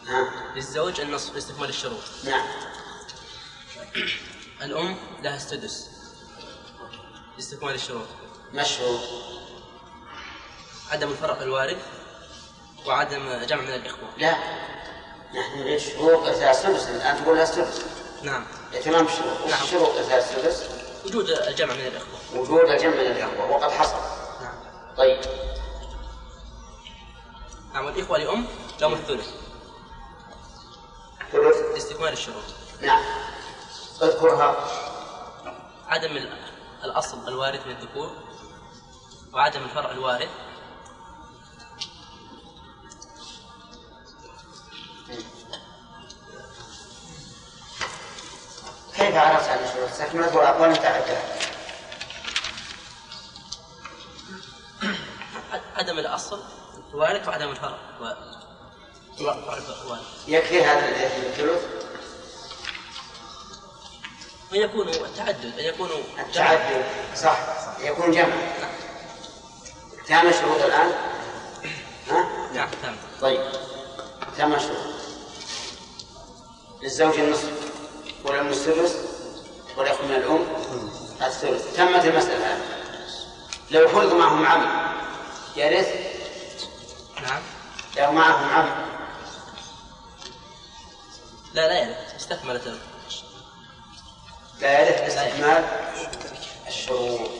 S1: نعم
S10: للزوج النصف لاستكمال الشروط
S1: نعم
S10: الأم لها السدس لاستكمال الشروط
S1: ما الشروط؟
S10: عدم الفرع الوارث وعدم جمع من الإخوة
S1: لا يعني نحن نريد شروط إرسال السدس الآن تقول لها السدس
S10: نعم
S1: تمام الشروط وش شروط إرسال السدس؟
S10: وجود الجمع من الإخوة
S1: وجود الجمع من الإخوة وقد حصل طيب
S10: نعم والإخوة لأم لهم الثلث
S1: ثلث
S10: لاستكمال الشروط
S1: نعم اذكرها
S10: عدم ال- الأصل الوارث من الذكور وعدم الفرع الوارث
S1: كيف عرفت عن الشروط؟ استكملت والأقوال متعددة
S10: عد- عدم الأصل الوارث وعدم الفرع الوارث الفرع الوارث
S1: يكفي هذا الإثم الثلث؟
S10: أن يكون التعدد أن يكون
S1: التعدد صح يكون جمع تام الشروط الآن ها؟
S10: نعم تمام
S1: طيب تم الشروط للزوج النصف والأم السدس والأخ من الأم الثلث تمت المسألة الآن لو فرض معهم عم يرث
S10: نعم
S1: لو معهم عم
S10: لا لا يعني استكملت ال-
S1: لا يرث باستكمال الشروط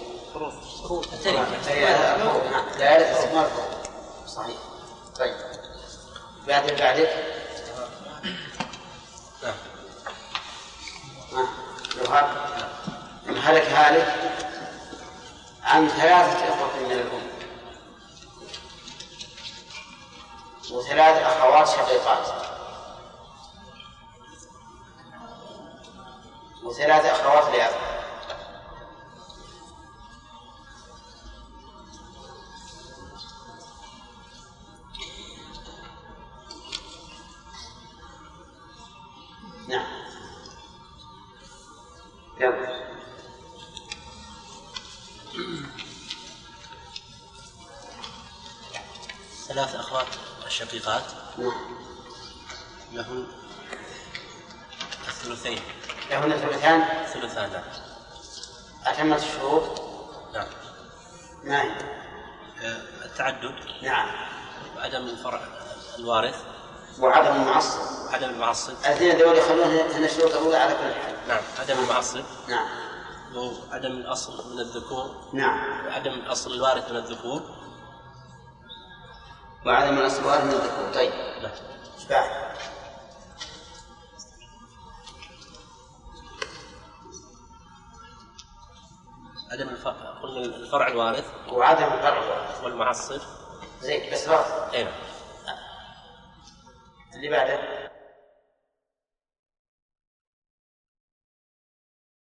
S10: التركة.
S1: أي هذا الفروض، نعم. لا يرث باستكمال الفروض صحيح طيب بعد اللي بعدك نعم. يهاب من هلك هالك عن ثلاثة إخوة من الأم وثلاث أخوات شقيقات وثلاث أخوات لأب نعم يلا
S19: ثلاث أخوات الشقيقات
S1: نعم
S19: لهن الثلثين
S1: لهن الثلثان
S19: ثلثان نعم
S1: أتمت الشروط
S19: نعم
S1: نعم
S19: آه، التعدد
S1: نعم
S14: عدم الفرع الوارث
S1: وعدم المعصب
S14: عدم المعصب
S1: الاثنين دول يخلون هنا الشروط الاولى على كل حال
S14: نعم عدم المعصب
S1: نعم
S14: وعدم الاصل من الذكور
S1: نعم.
S14: وعدم الاصل الوارث من الذكور
S1: وعدم الاصل الوارث من الذكور طيب
S14: نعم
S1: ايش بعد؟
S14: عدم الفرع قلنا الفرع الوارث
S1: وعدم الفرع الوارث
S14: والمعصب إيه.
S1: زين بس واضح
S14: اي نعم
S1: اللي بعده